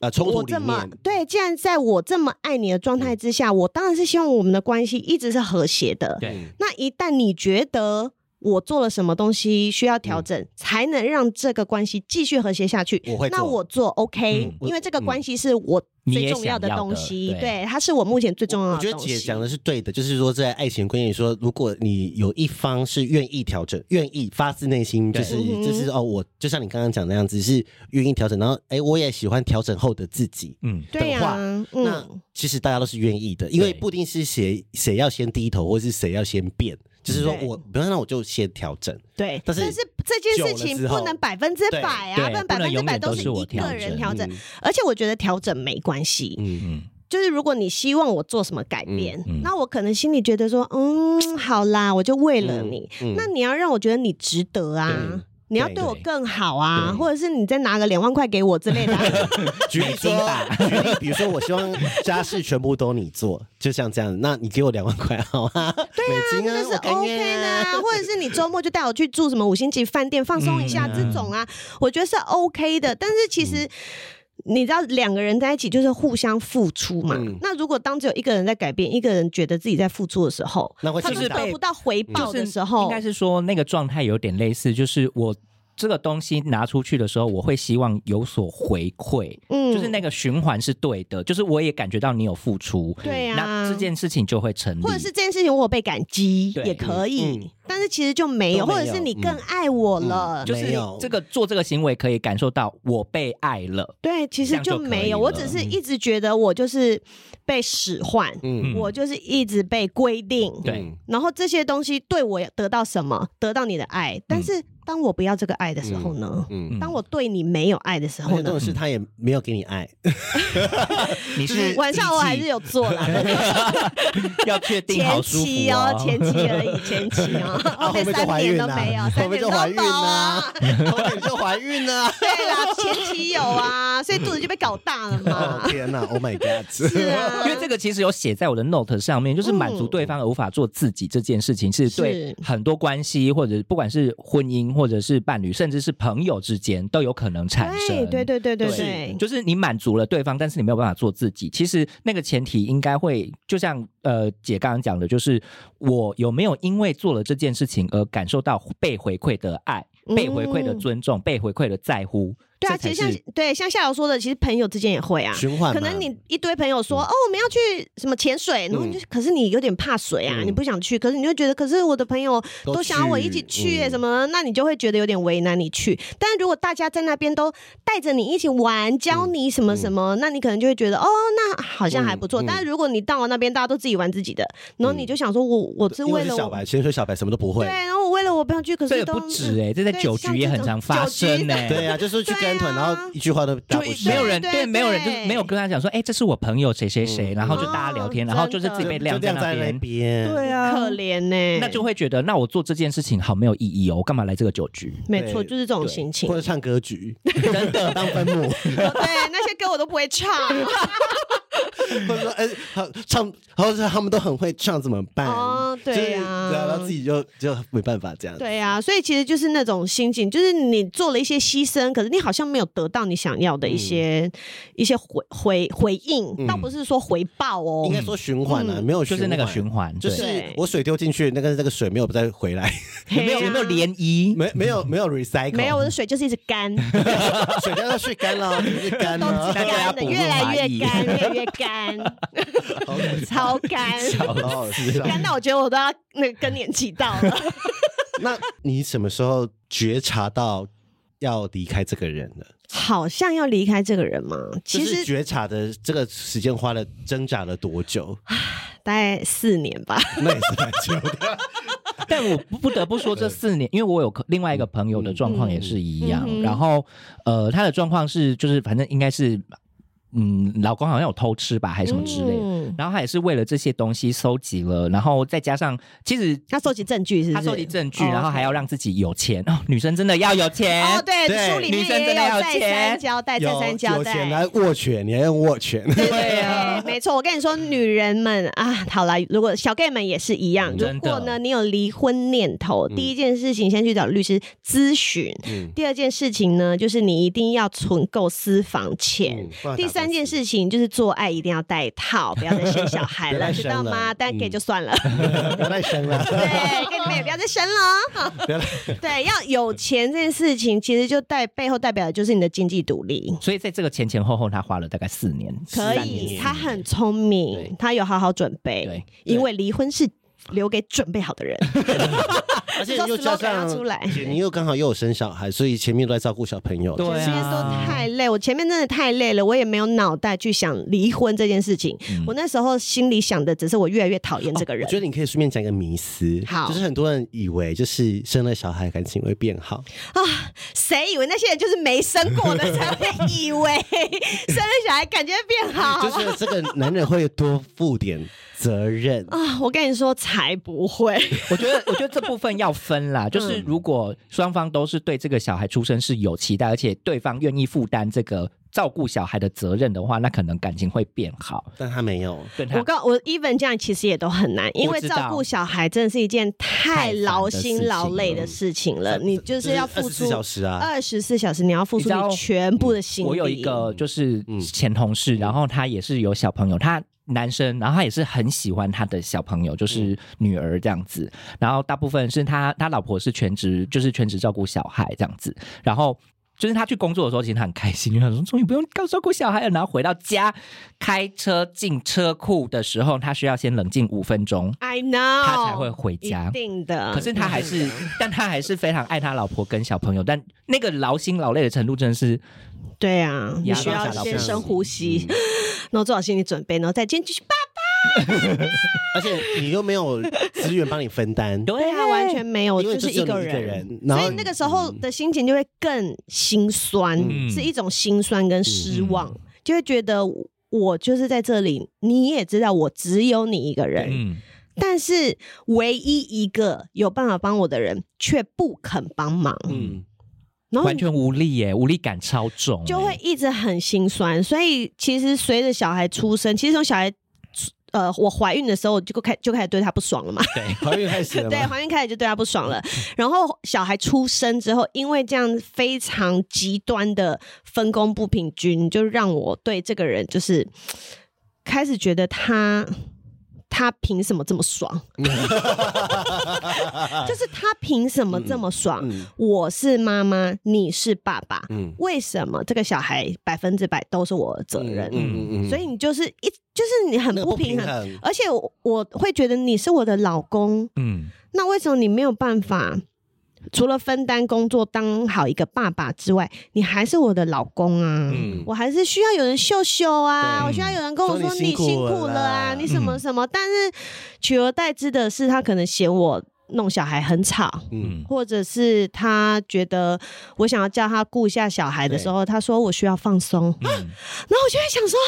B: 啊，冲突
D: 我
B: 里
D: 这么
B: 面，
D: 对，既然在我这么爱你的状态之下，我当然是希望我们的关系一直是和谐的。
C: 对，
B: 嗯
D: 那一旦你觉得我做了什么东西需要
C: 嗯
D: 调整，才能让这个关系继续和谐下去，
B: 我会做
D: 那我做 OK，、
C: 嗯
B: 我
D: 因为这个关系是我最重的东
C: 你
D: 西，
C: 也想要的
D: 对，它是我目前最重要
B: 我
D: 的
B: 觉得
D: 东西。
B: 姐讲的是对的，就是说在爱情观念里说，如果你有一方是愿意调整、愿意发自内心，
C: 对
B: 就是
D: 嗯哼
B: 就是哦，我就像你刚刚讲那样子，是愿意调整，然后哎，我也喜欢调整后的自己。
C: 嗯，
D: 对呀、
B: 话那
D: 嗯，
B: 其实大家都是愿意的，因为
C: 对
B: 不一定是谁谁要先低头，或是谁要先变，就是说
D: 对
B: 我不要，那我就先调整。
D: 对。
B: 但是
D: 但是这件事
B: 久
D: 情
B: 了之后
D: 不能百分之百
C: 对对
D: 啊，不然百分之百
C: 不能永远都
D: 是
C: 是我
D: 一个人
C: 调
D: 调整。而且我觉得调整没关系，
B: 嗯，
C: 嗯
D: 就是如果你希望我做什么改变，
C: 嗯嗯
D: 那我可能心里觉得说，嗯，好啦，我就为了你。
B: 嗯嗯
D: 那你要让我觉得你值得啊，你要
B: 对
D: 对我
C: 对
D: 更好啊，
C: 对
D: 或者是你再拿个两万块给我之类的啊、
B: 举例说，举例，比如说，我希望家事全部都你做，就像这样，那你给我两万块好吗？美金
D: 那
B: 啊，
D: 是
B: 我甘
D: OK
B: 愿
D: 的啊
B: 啊，
D: 或者是你周末就带我去住什么五星级饭店放松一下，
C: 嗯
D: 这种啊，我觉得是 OK 的。但是其实。你知道两个人在一起就是互相付出嘛？
B: 嗯
D: 那如果当只有一个人在改变，一个人觉得自己在付出的时候，
B: 那会
D: 他
B: 其
C: 就
D: 就是
C: 是
D: 得
C: 被
D: 不到回报的时候，
C: 应该是说那个状态有点类似，就是我这个东西拿出去的时候，我会希望有所回馈，
D: 嗯
C: 就是那个循环是对的，就是我也感觉到你有付出，
D: 对啊，
C: 那这件事情就会成立，
D: 或者是这件事情我有被感激
C: 对
D: 也可以，
B: 嗯嗯
D: 但是其实就没有，
B: 都没
D: 或
B: 有
D: 者是你更爱我了，
C: 嗯就是
B: 没有
C: 这个做这个行为可以感受到我被爱了，
D: 对，其实
C: 这样就
D: 没
C: 可以
D: 有，
C: 了嗯
D: 我只是一直觉得我就是被使唤，
B: 嗯
C: 嗯
D: 我就是一直被规定，
C: 对
B: 嗯
D: 然后这些东西对我得到什么，得到你的爱，但是当我不要这个爱的时候呢？
B: 嗯，
C: 嗯
D: 当我对你没有爱的时
B: 而且
D: 候
B: 这种
D: 呢？
B: 事他也没有给你 爱，
C: 你
B: 就是
D: 晚上我还是有做啦，
C: 要确定好
D: 前
C: 舒
D: 期
C: 服
D: 哦，
C: 哦
D: 前期而已，前期哦，
B: 啊，后
D: 对
B: 面就
D: 三
B: 怀
D: 年
B: 孕
D: 都
B: 了，
D: 没有，
B: 后
D: 三
B: 面
D: 年
B: 就
D: 都
B: 怀孕
D: 没有
B: 了
D: 啊，
B: 后面就怀孕啊 了。
D: 对啦，前期有啊，所以肚子就被搞大了
B: 哦
D: 嘛。
B: 天哪！Oh my god！
D: 是啊，
C: 因为这个其实有写在我的 note 上面，就是满足对方而无法做自己这件事情，是对
D: 嗯是
C: 很多关系或者不管是婚姻或者是伴侣，甚至是朋友之间都有可能产生。
D: 对对对对对
C: 是
D: 对，
C: 就是你满足了对方，但是你没有办法做自己。其实那个前提应该会，就像呃姐刚刚讲的，就是我有没有因为做了这件事情而感受到被回馈的爱、被回馈的
D: 嗯
C: 尊重、被回馈的在乎。
D: 对啊，
C: 这才
D: 其实像
C: 是
D: 对像夏瑶说的，其实朋友之间也会啊。
B: 循环嘛，
D: 可能你一堆朋友说、
B: 嗯
D: 哦，我们要去什么潜
C: 嗯
D: 水，然后你就、可是你有点怕水啊，
B: 嗯
D: 你不想去，可是你就觉得，可是我的朋友都想要我一起去、
B: 嗯
D: 什么，那你就会觉得有点为难你去。但是如果大家在那边都带着你一起玩，教你什么什么，
C: 嗯
D: 那你可能就会觉得哦，那好像还不错。
B: 嗯嗯
D: 但是如果你到了那边，大家都自己玩自己的，然后
C: 嗯
D: 你就想说我我是
B: 因为
D: 为了
B: 是
D: 我
B: 小白，先说小白什么都不会。
D: 对，然后我为了我朋友去，可
C: 这
D: 是
C: 个
D: 都
C: 不止哎、这在
D: 对
C: 酒
D: 像
C: 局也
D: 这
C: 很
D: 种
C: 常
D: 酒
C: 发
D: 局
C: 生欸
D: 的
C: 呢、
B: 对啊，就是去跟团，
D: 对啊
B: 然后一句话都搭
C: 就
B: 不上
C: 没有人
D: 对对
C: 没有人就
D: 对
C: 是没有跟他讲说，哎，这是我朋友谁谁
B: 嗯
C: 谁，然后就大家聊天，
D: 哦
C: 然后就是自己
D: 真
C: 被
B: 就
C: 晾
B: 就晾
C: 那
B: 在
C: 边，
B: 边。
C: 啊
D: 可怜欸呢、
C: 那就会觉得，那我做这件事情好没有意义哦，我干嘛来这个酒局？
D: 没错，
B: 对
D: 就是这种心情
B: 或。者唱歌 局，
C: 真的
B: 当分母，
D: 哦对，那些歌我都不 会唱。
B: 或者说，哎、好唱，或者是他们都很会唱，怎么办？
D: 哦对
B: 就是
D: 啊
B: 对啊然后自己就就没办法这样。
D: 对啊，所以其实就是那种心情，就是你做了一些牺牲，可是你好像没有得到你想要的一
C: 嗯
D: 些、一些回回回应，
B: 嗯
D: 倒不是说回报哦
B: 应。该说循环啊，
D: 嗯
B: 没有
C: 就是那个循
B: 环，
C: 环，
B: 就
C: 对，
B: 是
D: 对
B: 我水丢进去，那个那个水没有再回来，
C: 有没有
D: 嘿啊
C: 有没有涟漪？
B: 没没有没有 recycle，
D: 没有，我的水就是一直干，
B: 水掉要去干了，去干
D: 都
B: 了
D: 是
C: 啊大家要
D: 干
C: 补
D: 的，
C: 入
D: 越来
C: 华
D: 越
C: 裔
D: 干，越 来越干， 超干，
B: 好好笑
D: 干到我觉得我都要那个更年期到了。
B: 那你什么时候觉察到要离开这个人了？
D: 好像要离开这个人嘛，其
B: 就是
D: 实
B: 觉察的这个时间花了挣扎了多 久？
D: 大概四年吧。
B: 那也是蛮久的。
C: 但我不不得不说，这四年，因为我有另外一个朋友的状况也是一样。
D: 嗯嗯嗯
C: 然后，呃，他的状况是，就是反正应该是，嗯，老公好像有偷吃吧，还是什么之类的。
D: 嗯
C: 然后他也是为了这些东西收集了，然后再加上，其实
D: 他收集证据是不
C: 他
D: 是？
C: 收集证据，
D: 哦
C: 然后还要让自己有钱哦。女生真的要有钱
D: 哦，，对，
B: 对
D: 书里
C: 女
D: 面
C: 生
D: 也
C: 真的要
D: 有
C: 有
D: 再
C: 钱
D: 三交代，再三交
B: 有钱啊
D: 代。
B: 来握拳，你还用握拳？
C: 对啊
D: 没错，我跟你说，女人们啊，好啦，如果小 gay 们也是一样，
C: 嗯
D: 如果
C: 真
D: 呢
C: 的
D: 你有离婚念头，第一件事情先去找律师咨询，
B: 嗯
D: 第二件事情呢就是你一定要存够私房钱。
B: 嗯不然
D: 第三件事情就是做爱一定要带套，不要再生小
B: 不
D: 孩
B: 要再
D: 了，知道
B: 生了
D: 吗？但
B: 嗯
D: gay 就算了，
B: 打 不死，不要再生了，
D: 对，gay 你们也不要再生了哦。
B: 不要再
D: 对，要有钱这件事情，其实就代背后代表的就是你的经济独立。
C: 所以在这个前前后后，他花了大概四年，
D: 可
C: 三
D: 以，
C: 年
D: 他
C: 四年
D: 很聪
C: 对
D: 明，他有好好准备
C: 对，
D: 因为离婚是留给准备好的人。
B: 而且又加上
D: 这个 slogan 要出来
B: 你又刚好又有生小孩，所以前面都在照顾小朋友。
C: 对
D: 前面都
C: 啊，
D: 太累，我前面真的太累了，我也没有脑袋去想离婚这件事情。
C: 嗯
D: 我那时候心里想的只是我越来越讨厌
C: 哦
D: 这个人
B: 我觉得你可以顺便讲一个迷思，
D: 好
B: 就是很多人以为就是生了小孩感情会变好，
D: 啊！谁以为那些人就是没生过的才会以为生了小孩感觉变 好？
B: 就是这个男人会多负点责任。
D: 啊，我跟你说，才不会。
C: 我觉得，我觉得这部分要要分啦，
D: 嗯
C: 就是如果双方都是对这个小孩出生是有期待，而且对方愿意负担这个照顾小孩的责任的话，那可能感情会变好。
B: 但他没有，
C: 对他
D: 我告我 even 这样其实也都很难，因为
C: 知道
D: 照顾小孩真的是一件太劳心劳累的事情了，你就是要付
B: 24
D: 出呃
B: 小时啊，
D: 二十四小时，你要付
C: 你
D: 出
C: 知道
D: 你全部的心力。
C: 我有一个就是
B: 嗯
C: 前同事，然后他也是有小朋友，他男生，然后他也是很喜欢他的小朋友，
B: 嗯
C: 就是女儿这样子。然后大部分是他他老婆是全职，就是全职照顾小孩这样子。然后就是他去工作的时候，其实他很开心，因为他说终于不用告照顾小孩了。然后回到家开车进车库的时候，他需要先冷静五分钟，
D: I know，
C: 他才会回家
D: 哦一。定啊的。
C: 可是他还是，
D: 啊
C: 但他还是非常爱他老婆跟小朋友，但那个劳心劳累的程度真的是
D: 对啊，你
C: 压
D: 需
C: 到
D: 要
C: 小老
D: 先
C: 婆
D: 深呼吸，
C: 嗯
D: 然后做好心理准备，然后再今天继续吧。
B: 而且你又没有资源帮你分 担，
D: 对啊，完全没有，
B: 因为
D: 就是
B: 就只有
D: 一个
B: 你一个人然
D: 所
B: 后
D: 以那个时候的心情就会更心酸，
C: 嗯
D: 是一种心酸跟失望，就会觉得我就是在这里，你也知道我只有你一个人，
C: 嗯。
D: 但是唯一一个有办法帮我的人却不肯帮忙，
B: 嗯，
D: 然后
C: 完全无力耶，无力感超重耶，
D: 就会一直很心酸。所以其实随着小孩出生，其实从小孩出。呃，我怀孕的时候我就开就开始对他不爽了嘛，
B: 怀孕开始了
D: 对，
B: 吗？
D: 怀孕开始就对他不 爽了。然后小孩出生之后，因为这样非常极端的分工不平均，就让我对这个人就是开始觉得他他凭什么这 么爽？就是他凭什么这么爽？
B: 嗯
D: 我是妈妈，你是爸爸，
B: 嗯
D: 为什么这个小孩百分之百都是我的责任？
B: 嗯
D: 所以你就是一就是你很
B: 那个
D: 不
B: 不
D: 平
B: 平
D: 衡，
B: 衡，
D: 而且我我会觉得你是我的老公，
C: 嗯，
D: 那为什么你没有办法？除了分担工作，当好一个爸爸之外，你还是我的老公啊！
B: 嗯
D: 我还是需要有人秀秀啊，
B: 对
D: 我需要有人跟我说
B: 说你
D: 你
B: 辛苦
D: 辛苦
B: 了
D: 了啊，
B: 啦嗯
D: 你什么什么。但是取而代之的是，他可能嫌我弄小孩很吵，
B: 嗯，
D: 或者是他觉得我想要叫他顾一下小孩的时候，他说我需要放松，然
C: 嗯
D: 后我就会想说，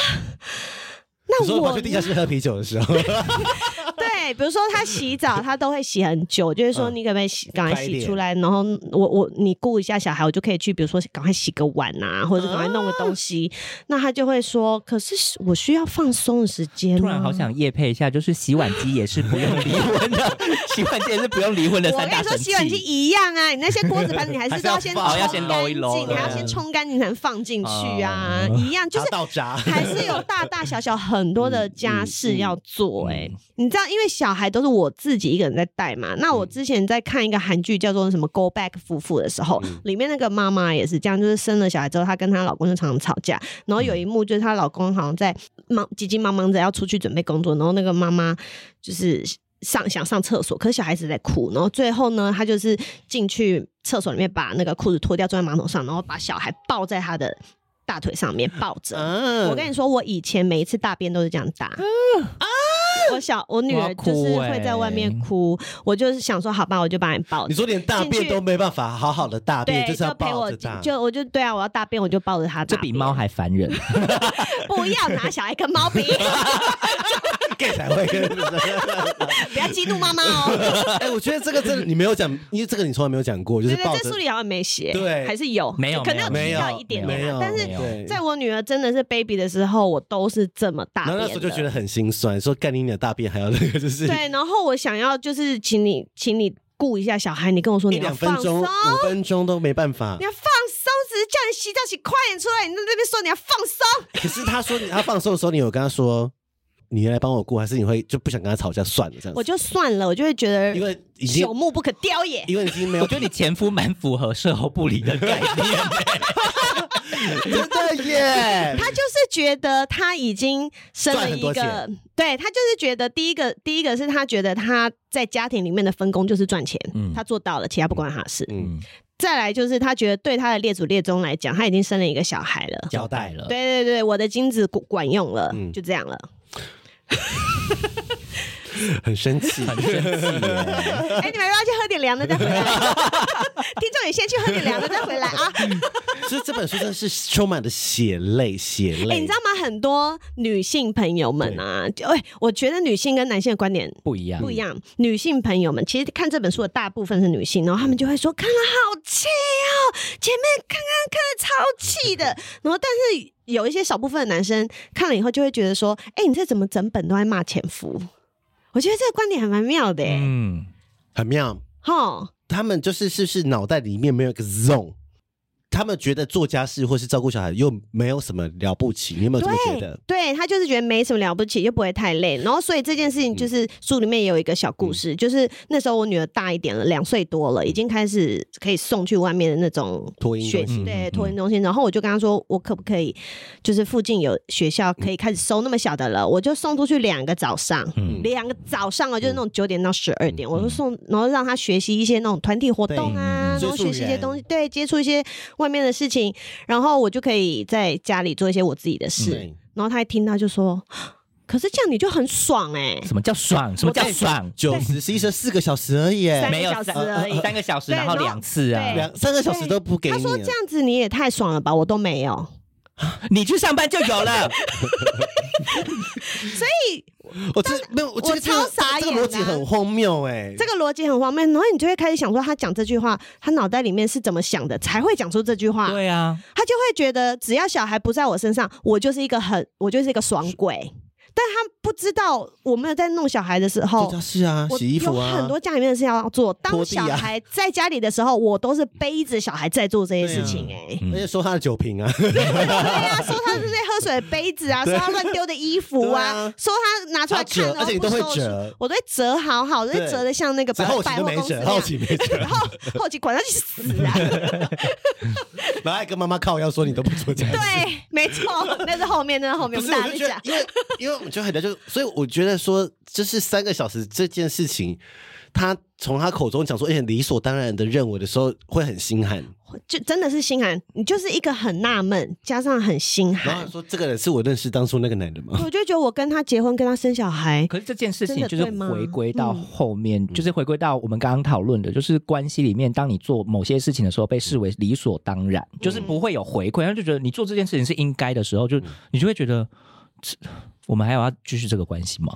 B: 你
D: 那
B: 说
D: 我
B: 跑去地下室喝啤酒的时 候，
D: 对，比如说他洗澡，他都会洗很久，就是说
B: 嗯
D: 你可不可以洗，赶快
B: 快一
D: 洗
B: 点
D: 出来，然后我我你顾一下小孩，我就可以去，比如说赶快洗个碗啊，或者是赶快弄个东西，那他就会说，可是我需要放松的时间、啊，
C: 突然好想夜配一下，就是洗碗机也是不用离婚 的，洗碗机也是不用离婚的
D: 我
C: 三
D: 跟
C: 大
D: 你说，
C: 神
D: 洗碗
C: 器。
D: 机一样啊，你那些锅子盆，你还是 都先冲
B: 还是要放
D: 干
C: 要先揉一揉
D: 净，你还要
B: 对
D: 先冲干净才能放进去啊，
C: 哦
D: 一样就是
B: 倒渣，
D: 还是有大大小小很多的家事要做、欸。
C: 嗯
D: 你知道，因为小孩都是我自己一个人在带嘛。那我之前在看一个韩剧叫做什么《Go Back》夫妇的时候，里面那个妈妈也是这样，就是生了小孩之后，她跟她老公就常常吵架。然后有一幕就是她老公好像在忙急急忙忙着要出去准备工作，然后那个妈妈就是。上想上厕所，可是小孩子在哭，然后最后呢，她就是进去厕所里面把那个裤子脱掉，坐在马桶上，然后把小孩抱在她的大腿上面抱着，
B: 嗯
D: 我跟你说，我以前每一次大便都是这样大。我小我女儿就是会在外面哭，我就是想说，好吧，我就把你抱
B: 欸你
D: 着。
B: 说连大
D: 进
B: 便
D: 去
B: 都没办法好好的大
D: 对
B: 便，，就是要
D: 就陪
B: 抱
D: 我
B: 着
D: 进
B: 大，，
D: 就我就对啊，我要大便我就抱着她
C: 这
D: 大
C: 比
D: 便。
C: 猫还烦人，
D: 不要拿小孩跟猫 比，
B: gay 才 会。
D: 不要激怒妈妈哦。
B: 哎，我觉得这个真的你没有讲，因为这个你从来没有讲过， 就是
D: 对对，
B: 抱
D: 这
B: 着
D: 书里好像没写，
B: 对
D: 还是有，
C: 没有
D: 可能有
B: 没
D: 提
B: 有
D: 到一点
B: 没
D: 点啊
B: 有，，
D: 但是
C: 没有
B: 对
D: 在我女儿真的是 baby 的时候，我都是这么大
B: 然
D: 便
B: 后
D: 的。
B: 那时候就觉得很心酸，说干你娘大便还要那个，就是
D: 对，然后我想要就是请你，请你顾一下小孩，你跟我说你
B: 一
D: 要
B: 两分
D: 放
B: 钟、
D: 松。
B: 五分钟都没办法
D: 你。要放松，只是叫你洗澡洗快点出来，你在那边说你要放松，
B: 可是他说你他放松的时候，你有跟他说你来帮我顾，还是你会就不想跟他吵架算了这样
D: 我
B: 子？
D: 就算了，我就会觉得
B: 因为已经
D: 朽木不可雕也。
B: 因为已经没有，
C: 我觉得你前夫蛮符合售后不理的概念。
B: 真的耶，
D: 他就是觉得他已经生了一
B: 赚
D: 个，对他就是觉得第一个，第一个是他觉得他在家庭里面的分工就是赚钱，
C: 嗯
D: 他做到了，其他不关他的事。
C: 嗯，
D: 再来就是他觉得对他的列祖列宗来讲，他已经生了一个小孩了，
C: 交代
B: 嗯
C: 了，
D: 对对对，我的精子管管用了，
B: 嗯
D: 就这样了。
B: 很生气，
C: 很生气耶。
D: 哎，你们要不要去喝点凉的再回 来？ 听众也先去喝点凉的再回来啊！
B: 就是这本书真的是充满了血泪，血
D: 哎、
B: 泪。
D: 你知道吗？很多女性朋友们啊，就哎，我觉得女性跟男性的观点
C: 不一样
D: 不，一样。女性朋友们其实看这本书的大部分是女性，然后她们就会说：“看了好气哦，前面看看看的超气的。”然后但是有一些少部分的男生看了以后就会觉得说：“哎、你这怎么整本都在骂前夫？”我觉得这个观点还蛮妙的、欸，
C: 嗯，
B: 很妙？
D: 吼、
B: 他们就是是不是脑袋里面没有一个 zone？他们觉得做家事或是照顾小孩又没有什么了不起，你有没有这么觉
D: 对
B: 得？
D: 对，他就是觉得没什么了不起，又不会太累。然后，所以这件事情
B: 嗯
D: 就是书里面也有一个小故事，就是那时候我女儿大一点了，两岁多了，已经开始可以送去外面的那种
B: 嗯托婴
D: 学
B: 中心
D: 对
C: 嗯
D: 托运中心，然后我就跟他说，我可不可以就是附近有学校
B: 嗯
D: 可以开始收那么小的了，我就送出去两个早上，
C: 嗯
D: 两个早上
B: 嗯
D: 啊，就是那种九点到十二点，我就送，然后让他学习一些那种团体活动啊，
B: 对嗯
D: 然后学习一些
B: 接触人
D: 东西，对，接触一些外面的事情，然后我就可以在家里做一些我自己的事，
B: 对
D: 然后他一听到就说， 可是这样你就很爽哎、
B: 啊
C: 什么叫爽？什么叫爽？
B: 九十是一生四个小时而已耶，
D: 三
C: 没有
D: 个小时而已
C: 三个小时，
D: 对
C: 然后
D: 然后
C: 两次啊
D: 对，
B: 两三个小时都不给你
D: 他
B: 啊。
D: 说这样子你也太爽了吧，我都没有。
C: 你去上班就有 了。
B: 我这没有，我这
D: 我
B: 个这个
D: 超傻
B: 这个
D: 眼
B: 逻
D: 的
B: 辑
D: 啊
B: 很荒谬哎。
D: 这个逻辑很荒谬，然后你就会开始想说，他讲这句话，他脑袋里面是怎么想的，才会讲出这句话？
C: 对啊，
D: 他就会觉得，只要小孩不在我身上，我就是一个很，我就是一个爽鬼。但他不知道，我没有在弄小孩的时
B: 做
D: 候
B: 家，事啊，
D: 哦我
B: 洗衣服啊，
D: 有很多家里面的事要做。当
B: 拖地
D: 小
B: 啊
D: 孩在家里的时候，我都是背着小孩在做这些
B: 对啊
D: 事情、哎、
C: 嗯
B: 而且说他的酒瓶啊，
D: 对啊，说他这些喝水的杯子啊，说他乱丢的衣服啊，
B: 对啊
D: 说他拿出
B: 他
D: 来看，
B: 折，
D: 然
B: 而
D: 后
B: 且你
D: 不
B: 都会
D: 收拾
B: 折，
D: 我都会折好好，都会
B: 对
D: 折的像那个
B: 只
D: 百
B: 后期
D: 百
B: 都
D: 货
B: 没
D: 公司
B: 折，
D: 那
B: 后
D: 样。啊
B: 期没折，
D: 然后后期管他去死 啊！
B: 然后还跟妈妈靠腰说你都不做家事。
D: 对，没错，那是后面，那是后面，
B: 不
D: 我
B: 是，
D: 们大
B: 我
D: 家
B: 就
D: 再
B: 觉
D: 讲
B: 得，。因 为因为我们就很聊，就所以我觉得说，就是三个小时这件事情，他从他口中讲说，而且理所当然的认为的时候，会很心寒。
D: 就真的是心寒，你就是一个很纳闷，加上很心
B: 然后
D: 寒
B: 他，说，这个人是我认识当初那个男人吗？
D: 我就觉得我跟他结婚，跟他生小孩，
C: 可是这件事情
D: 真的
C: 就是
D: 对吗
C: 回归到
D: 嗯
C: 后面，就是回归到我们刚刚讨论的，就是关系里面，当你做某些事情的时候，被视为理所当然，就是不会有回馈，然后就觉得你做这件事情是应该的时候，就你就会觉得，这我们还有要继续这个关系吗？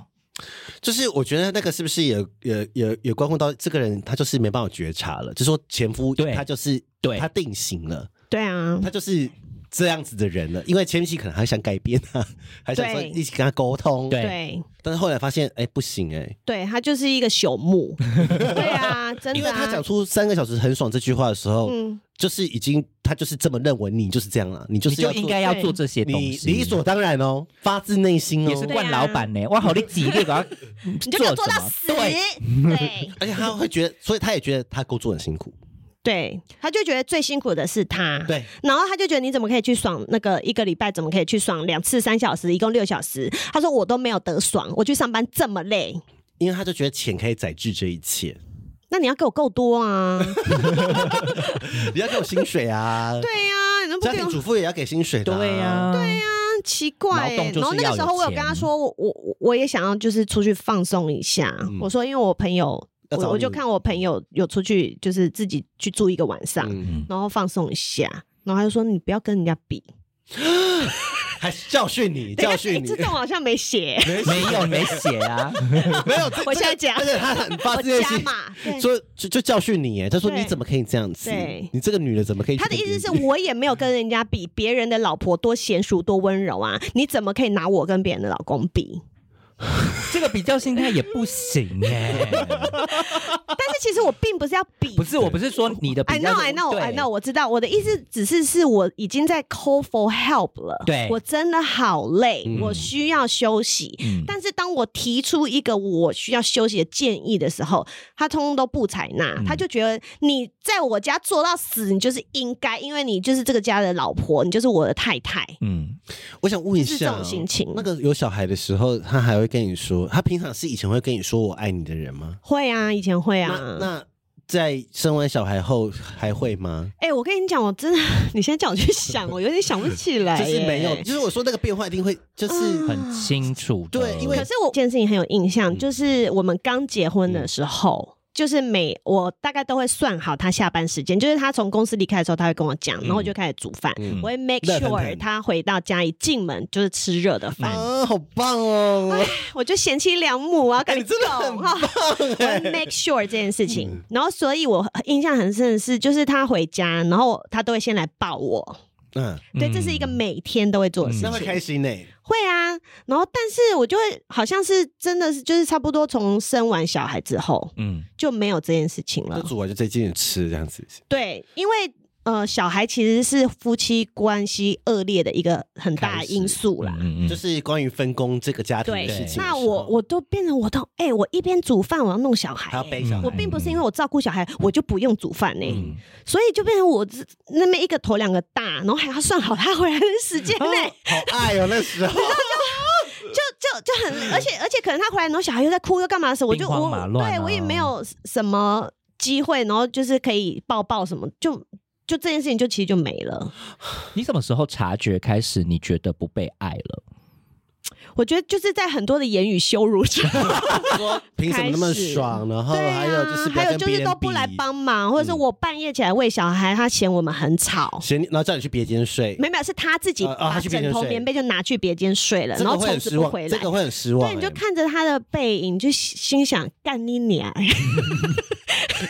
B: 就是我觉得那个是不是也也也也关乎到这个人，他就是没办法觉察了，就说前夫
C: 对
B: 他就是
C: 对
B: 他定型了，
D: 对啊，
B: 他就是。这样子的人了，因为前期可能还想改变啊， 还想说
D: 对
B: 一起跟他沟通，
C: 对
D: 对
B: 但是后来发现，哎、不行哎、
D: 对，他就是一个朽木，对 啊，真
B: 因
D: 的
B: 为他讲
D: 啊，
B: 出三个小时很爽这句话的时候，
D: 嗯，就是
B: 就是已经他就是这么认为，你就是这样了，你就
C: 你
B: 是
C: 就
B: 要做
C: 应该要
D: 对
C: 做这些东
B: 你
C: 西，
B: 理所当然哦，发自内心
C: 也是
B: 哦。
C: 惯老板呢、哇，好力激烈，搞你
D: 你就给我做
C: 什
D: 到
C: 么
D: 死，
C: 对，
D: 对
B: 而且他会觉得，所以他也觉得他工作很辛苦。
D: 对，他就觉得最辛苦的是他，
B: 对，
D: 然后他就觉得你怎么可以去爽那个一个礼拜怎么可以去爽两次三小时，一共六小时？他说我都没有得爽，我去上班这么累，
B: 因为他就觉得钱可以宰制这一切，
D: 那你要给我够多啊！
B: 你要给我薪水啊，
D: 对呀、你都不
B: 家
D: 给
B: 庭
D: 我，
B: 主妇也要给薪水的、啊
C: 对啊呀、、对呀、
D: 很奇怪、
C: 劳动
D: 欸。
C: 就是
D: 然后那
C: 要
D: 个
C: 有
D: 时候我有跟
C: 钱
D: 他说，我我我我也想要就是出去放松一下。我说因为我朋友，
B: 要找
D: 我我就
B: 你
D: 看我朋友有出去，就是自己去住一个晚上，
B: 嗯，
D: 然后放松一下。然后他就说你不要跟人家比，
B: 还教训你，
D: 等一
B: 教
D: 下
B: 训
D: 欸
B: 你
D: 这，段我好像没写，
C: 没有没写啊，
B: 没有，这
D: 我现在讲
B: 而且他很发
D: 我
B: 自内
D: 加
B: 心。
D: 码。对
B: 说就就教训你哎，他说
D: 对
B: 你怎么可以这样子
D: 对？
B: 你这个女的怎么可以去
D: 他的
B: 跟
D: 意
B: 别
D: 思
B: 人比？
D: 是我也没有跟人家比，别人的老婆多娴熟多温柔啊，你怎么可以拿我跟别人的老公比？
C: 这个比较心态也不行哎、
D: 但是其实我并不是要 比
C: 不。是，我不是说你的
D: I
C: 比较
D: know,
C: 是
D: I know, I
C: 对
D: know，我知道我的意思只是是我已经在 call for help 了，
C: 对
D: 我真的好累，
B: 嗯
D: 我需要休息。
C: 嗯
D: 但是当我提出一个我需要休息的建议的时候，他通通都不采纳，
C: 嗯
D: 他就觉得你在我家做到死，你就是应该，因为你就是这个家的老婆，你就是我的太太。
C: 嗯，
B: 我想问一
D: 就是这
B: 下哦，
D: 种心情
B: 那个有小孩的时候，他还会跟你说，他平常是以前会跟你说我爱你的人吗？
D: 会啊，以前会啊，
B: 那那在生完小孩后还会吗？
D: 哎、我跟你讲，我真的， 你现在叫我去 想，我有点想不起来，
B: 就是没
D: 哎
B: 有，。就是我说那个变化一定会，就是
D: 嗯
C: 很清楚的。
B: 对因为
D: 可是我一件事情很有印象，
B: 嗯
D: 就是我们刚结婚的时候。就是每我大概都会算好他下班时间，就是他从公司离开的时候，他会跟我讲，然后我就开始煮饭，
B: 嗯
D: 我会 make
B: 热腾腾
D: sure 他回到家一进门就是吃热的饭，
B: 啊，好棒哦！
D: 我就贤妻良母，我要跟
B: 哎你真的很哎嗯
D: 哈，我会 make sure 这件事情。然后，所以我印象很深的是，就是他回家，然后他都会先来抱我。
B: 嗯，
D: 对，这是一个每天都会做的事
B: 那会
D: 情。
B: 开心呢。
D: 会啊，然后但是我就会好像是真的是就是差不多从生完小孩之后
C: 嗯，
D: 就没有这件事情了
B: 就。煮完就再进去吃这样子。
D: 对，因为呃，小孩其实是夫妻关系恶劣的一个很大
B: 开
D: 的
B: 始
D: 因素啦。
C: 嗯嗯
B: 就
C: 嗯
B: 是关于分工这个家庭的
D: 对
B: 事情的时候。
D: 那我我都变成我都哎、我一边煮饭，我要弄小孩、
B: 还要
D: 哎
B: 背小
D: 我
B: 孩，
D: 并不是因为我照顾小孩，我就不用煮饭呢、
B: 嗯
D: 所以就变成我这那边一个头两个大，然后还要算好他回来的 时间呢、
B: 好爱哦那时 候。
D: 就就就很，而且而且可能他回来，然后小孩又在哭又干嘛的时候，我就
C: 兵荒
D: 我、
C: 马乱啊
D: 对我也没有什么机会，然后就是可以抱抱什么，就就这件事情就其实就没了。
C: 你什么时候察觉开始你觉得不被爱了？
D: 我觉得就是在很多的言语羞 辱之后，
B: 说凭什么那么爽？然后
D: 对啊，
B: 还有就是不
D: 还
B: 要
D: 有
B: 跟
D: 就
B: 别
D: 是
B: 人
D: 都不来
B: 比，嗯
D: 帮忙，或者是我半夜起来喂小孩，他嫌我们很吵。
B: 嫌你然后叫你去别间睡，
D: 没有没有，是他自己
B: 啊啊他
D: 把
B: 去别
D: 枕
B: 间
D: 头、
B: 睡
D: 棉被就拿去别间睡了，
B: 这
D: 然
B: 个
D: 后
B: 会
D: 从
B: 很
D: 此
B: 失
D: 不
B: 望
D: 回，来
B: 这。个会很失望。
D: 对，你
B: 哎
D: 就看着他的背影，就心想干你娘！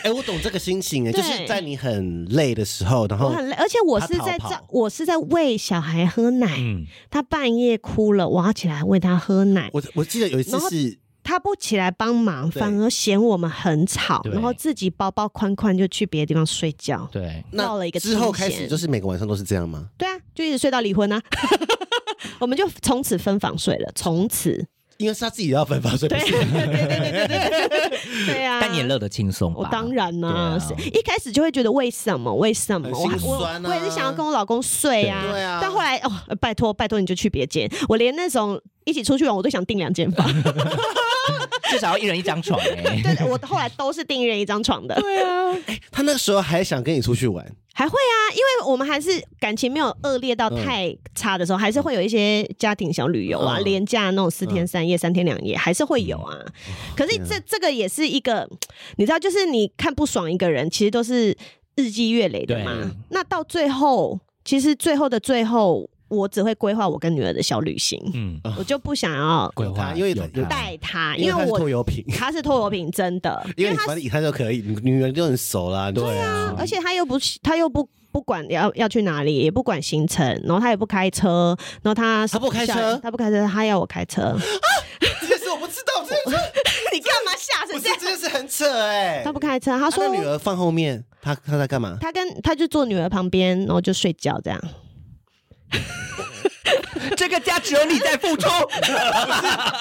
B: 哎，我懂这个心情哎，就
D: 对
B: 是在你很累的时候，然
D: 我
B: 后
D: 很累，而且我
B: 他
D: 是在
B: 逃
D: 照
B: 跑，
D: 我是在喂小孩喝奶。
C: 嗯，
D: 他半夜哭了，我要起来喂他喝奶。
B: 我我记得有一次
D: 然后
B: 是
D: 他不起来帮忙，
B: 对
D: 反而嫌我们很吵，
C: 对
D: 然后自己包包宽宽就去别的地方睡觉。
C: 对，
B: 那
D: 闹了一个
B: 之后
D: 清
B: 开始
D: 闲
B: 就是每个晚上都是这样吗？
D: 对啊，就一直睡到离婚啊。我们就从此分房睡了，从此。
B: 因为是他自己要分房睡，不
D: 对
B: 是
D: 对啊对对对对对对啊！
C: 但你也乐得轻松吧？
D: 我当然啦、
C: 对啊
D: 是一开始就会觉得为什么为什么
B: 很
D: 我还
B: 心
D: 我
B: 酸啊
D: 我也是想要跟我老公睡啊，
B: 对对啊
D: 但后来哦，拜托拜托你就去别间，我连那种一起出去玩我都想订两间 房，
C: 至少要一人一张床哎、
D: 对我后来都是订一人一张床的，对啊，
B: 他那时候还想跟你出去玩，
D: 还会啊，因为我们还是感情没有恶劣
B: 嗯
D: 到太差的时候，还是会有一些家庭小旅游啊，
B: 嗯
D: 廉价那种四天三夜、三天两夜还是会有啊。
B: 哦
D: 可是这这个也是一个，你知道，就是你看不爽一个人，其实都是日积月累的
C: 对
D: 嘛。那到最后，其实最后的最后，我只会规划我跟女儿的小旅行，
C: 嗯，
D: 我就不想要
C: 规划
B: 因为
C: 有
B: 有
C: 他
D: 带她，
B: 因
D: 因
B: 为他
D: 为
B: 是
D: 我
B: 拖油瓶，
D: 她是拖油瓶，真的，
B: 因为你反正以他就可以，你女人就很熟啦，对啊
D: 而且他又不是，他又不不管要要去哪里，也不管行程，然后他也不开车，然后他
B: 他不开车
D: 小他不开车，他要我开 车，
B: 这件事我不知道， 这件事
D: 你干嘛吓
B: 不是？这件事很扯哎。
D: 他不开车，
B: 他
D: 他说
B: 把女儿放后面，他他在干嘛？
D: 他跟他就坐女儿旁边，然后就睡觉这样。
C: 这个家只有你在付出。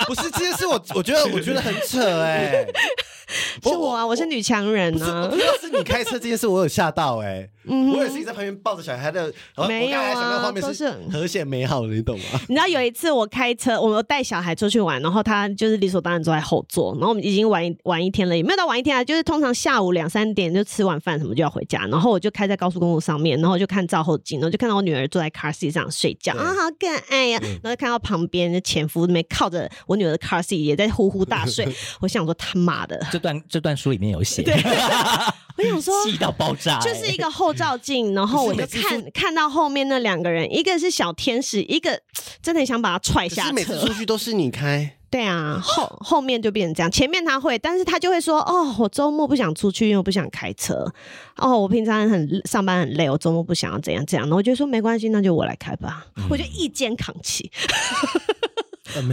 B: 不是这件事我，我觉得我觉得很扯哎、
D: 是我啊，我是女强人
B: 不是，
D: 啊
B: 我。要是你开车这件事，我有吓到哎、
D: 嗯哼
B: 我也是一直在旁边抱着小孩的，然后
D: 没有啊
B: 我刚才想到的画面
D: 都是
B: 是和谐美好的，你懂吗？
D: 你知道有一次我开车，我带小孩出去玩，然后他就是理所当然坐在后座，然后我们已经玩一玩一天了，也没有到玩一天啊，就是通常下午两三点就吃完饭什么就要回家，然后我就开在高速公路上面，然后我就看照后镜，然后就看到我女儿坐在 car seat 上睡觉
B: 对嗯
D: 啊，好可爱呀、然后就看到旁边的前夫那边靠着我女儿的 car seat 也在呼呼大 睡，我想说他妈的，
C: 这段这段书里面有写，
D: 我想说。
C: 气到爆炸、欸，
D: 就是一个后照镜，然后我就
B: 每次说
D: 看看到后面那两个人，一个是小天使，一个真的很想把他踹
B: 可
D: 下
B: 是
D: 车。
B: 每次出去都是你开，
D: 对啊，后后面就变成这样。前面他会，但是他就会说：“哦，我周末不想出去，因为我不想开车。哦，我平常很上班很累，我周末不想要怎样怎样。”然后我就说：“没关系，那就我来开吧。我就一肩扛起。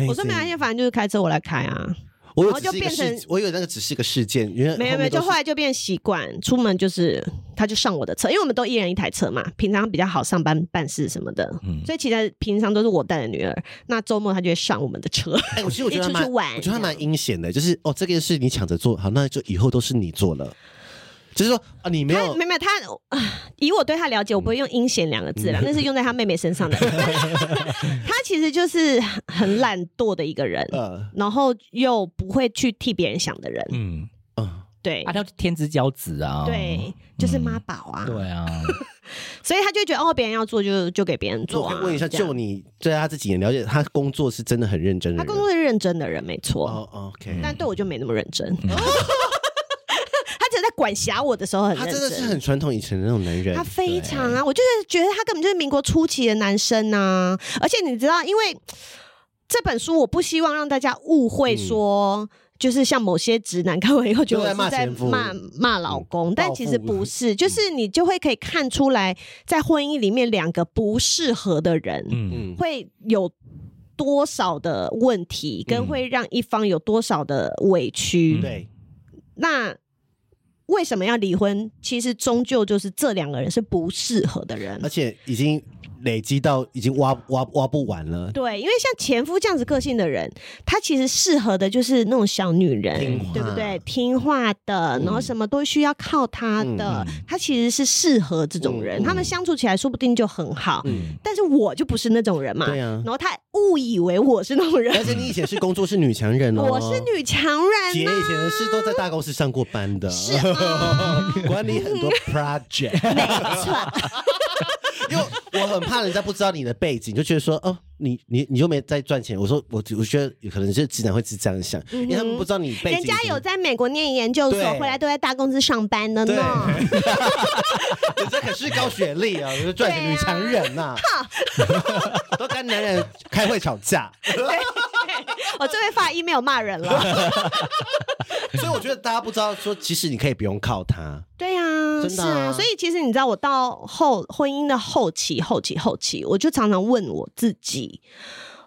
D: 我说：“没关系，反正就是开车我来开啊。
B: 我有
D: 然后
B: 只
D: 就是
B: 一个
D: 变成
B: 事，我以为那个只是一个事件，原来”
D: 没有没有，
B: 面都
D: 就是后来就变习惯，出门就是他就上我的车，因为我们都一人一台车嘛，平常比较好上班办事什么的，
C: 嗯
D: 所以其实平常都是我带着女儿，那周末他就会上我们的车。
B: 哎、我其实我觉得还
D: 一出
B: 蛮，
D: 去玩
B: 我觉得还蛮阴险的，就是哦，这件事你抢着做，好，那就以后都是你做了，就是说啊，你没
D: 他
B: 有
D: 没有没有他，啊以我对他了解，
B: 嗯
D: 我不会用阴险两个字了，那是用在他妹妹身 上的。他其实就是很懒惰的一个人，
B: 呃
D: 然后又不会去替别人想的人。
C: 嗯，
B: 嗯，
D: 对
C: 啊，他就天之骄子啊，
D: 对，就是
C: 嗯
D: 妈宝啊，
C: 对啊，
D: 所以他就觉得哦，别人要做就就给别人
B: 我
D: 做、
B: 可
D: 啊。
B: 以问一下，
D: 这样
B: 就你对他这几年了解，他工作是真的很认真的
D: 他
B: 人。
D: 工作是认真的人，没错，
B: 哦，OK，
D: 但对我就没那么认真。
C: 嗯
D: 他只有在管辖我的时候很
B: 他
D: 认
B: 真
D: 真，
B: 的是很传统以前的那种男人
D: 他。非常啊，我就是觉得他根本就是民国初期的男生呐、而且你知道，因为这本书我不希望让大家误会说。就是像某些直男看完以后觉
B: 嗯都
D: 得我
B: 在
D: 是
B: 骂
D: 在
B: 前夫嗯
D: 骂骂老公，但其实
B: 报复嗯
D: 不是，就是你就会可以看出来，在婚姻里面两个不适合的人，
C: 嗯，
B: 嗯，
D: 会有多少的问题，跟
C: 嗯
D: 会让一方有多少的委屈。
C: 嗯
B: 对，
D: 那为什么要离婚？其实终究就是这两个人是不适合的人
B: 而。且已经累积到已经挖挖挖不完了，
D: 对，因为像前夫这样子个性的人，他其实适合的就是那种小女人
B: 听，话嗯
D: 对不对？听话的，然后什么都需要靠他的，
C: 嗯
D: 他其实是适合这种人，
B: 嗯嗯
D: 他们相处起来说不定就很好。
B: 嗯，
D: 但是我就不是那种人嘛，
B: 对啊
D: 然。后他误以为我是那种人
B: 而，且你以前是工作是女强人哦，
D: 我是女强
B: 姐
D: 人啊呐、
B: 以前是都在大公司上过班的，
D: 是啊
B: 管理很多 project，
D: 没错，
B: 因为我很怕人家不知道你的背景，就觉得说哦，你你你又没在赚钱。我说我我觉得可能是直男会是这样想，因为他们不知道你背景。
D: 嗯人家有，在美国念研究所，
B: 对
D: 回来都在大公司上班的呢。
B: 人家可是高学历啊，就是赚钱女强人呐、
D: 啊
B: 都跟男人开会吵架，
D: 我这边发 email 骂人 了，
B: 所以我觉得大家不知道说，其实你可以不用靠他。
D: 对呀、啊，
B: 真
D: 是
B: 的啊
D: 啊。所以其实你知道，我到后婚姻的后期、后期、后期，我就常常问我自己。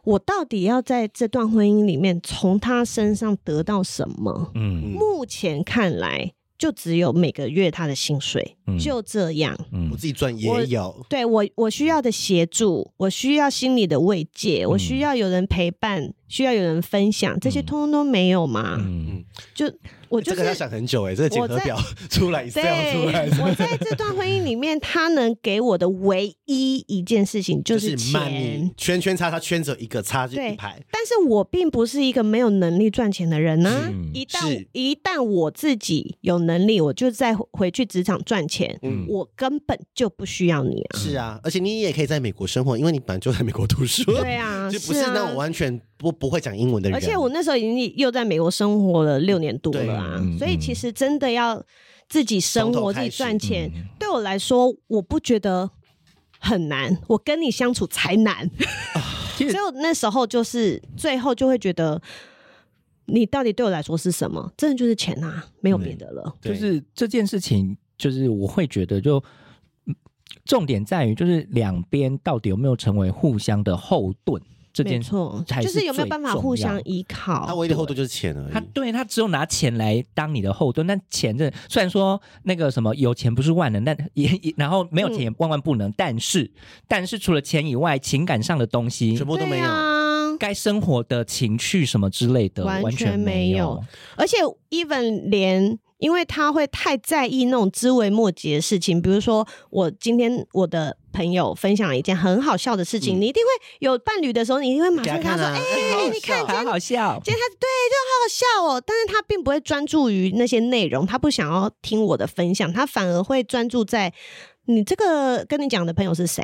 D: 我到底要在这段婚姻里面从他身上得到什么？
C: 嗯
D: 目前看来，就只有每个月他的薪水，
C: 嗯
D: 就这样。
B: 我
C: 嗯
B: 自己赚也有，
D: 对我，我需要的协助，我需要心理的慰藉，我需
C: 嗯
D: 要有人陪伴，需要有人分享，这些
C: 嗯
D: 通通都没有嘛。
C: 嗯
D: 就我就
B: 这个要
D: 是
B: 想很久哎、这个检核
D: 我在
B: 表 出来一次要
D: 对
B: 出来，，
D: 我在这段婚姻里面，他能给我的唯一一件事情就
B: 就是是慢你
D: 钱。
B: 圈圈叉叉圈着一个叉就
D: 对
B: 一排，
D: 但是我并不是一个没有能力赚钱的人呢、
C: 嗯
D: 一旦
B: 是
D: 一旦我自己有能力，我就再回去职场赚钱，
B: 嗯。
D: 我根本就不需要你 啊。
B: 是啊，而且你也可以在美国生活，因为你本来就在美国读书，
D: 对啊，
B: 就不
D: 是
B: 是
D: 啊
B: 那种完全不不会讲英文的人。
D: 而且我那时候已经又在美国生活了六年多了啊
C: 对嗯，
D: 所以其实真的要自己生
B: 从头
D: 活、自
B: 开
D: 己
B: 始
D: 赚钱
C: 嗯，
D: 对我来说，我不觉得很难，我跟你相处才难。
C: 其
D: 所以
C: 实
D: 我那时候就是最后就会觉得，你到底对我来说是什么？真的就是钱啊，没有别的了。
B: 对
C: 就是这件事情，就是我会觉得就。嗯重点在于，就是两边到底有没有成为互相的后盾这
D: 没
C: 件事。
D: 错，
C: 才
D: 就是是有没有
C: 最
D: 办法
C: 重
D: 互
C: 要
D: 相依靠？
B: 他唯一的后盾就是钱而
C: 他
B: 已。
C: 对他只有拿钱来当你的后盾，但钱这虽然说那个什么有钱不是万能，但也也然后没有钱
D: 嗯
C: 也万万不能。但是但是除了钱以外，情感上的东西
B: 全，部都
D: 对
B: 没有，
D: 啊，
C: 该生活的情趣什么之类的，
D: 完
C: 完
D: 全没
C: 没
D: 有。而且 even 连，因为他会太在意那种枝微末节的事情，比如说我今天我的朋友分享了一件很好笑的事情，
B: 嗯
D: 你一定会有伴侣的时候，你一定会马
B: 给
D: 上
B: 他
D: 跟他
B: 看啊，
D: 说：“ 哎、
B: 哎
D: 你看
C: 好好笑。
D: 今天他对就好好笑哦。”但是他并不会专注于那些内容，他不想要听我的分享，他反而会专注在。你这个跟你讲的朋友是谁？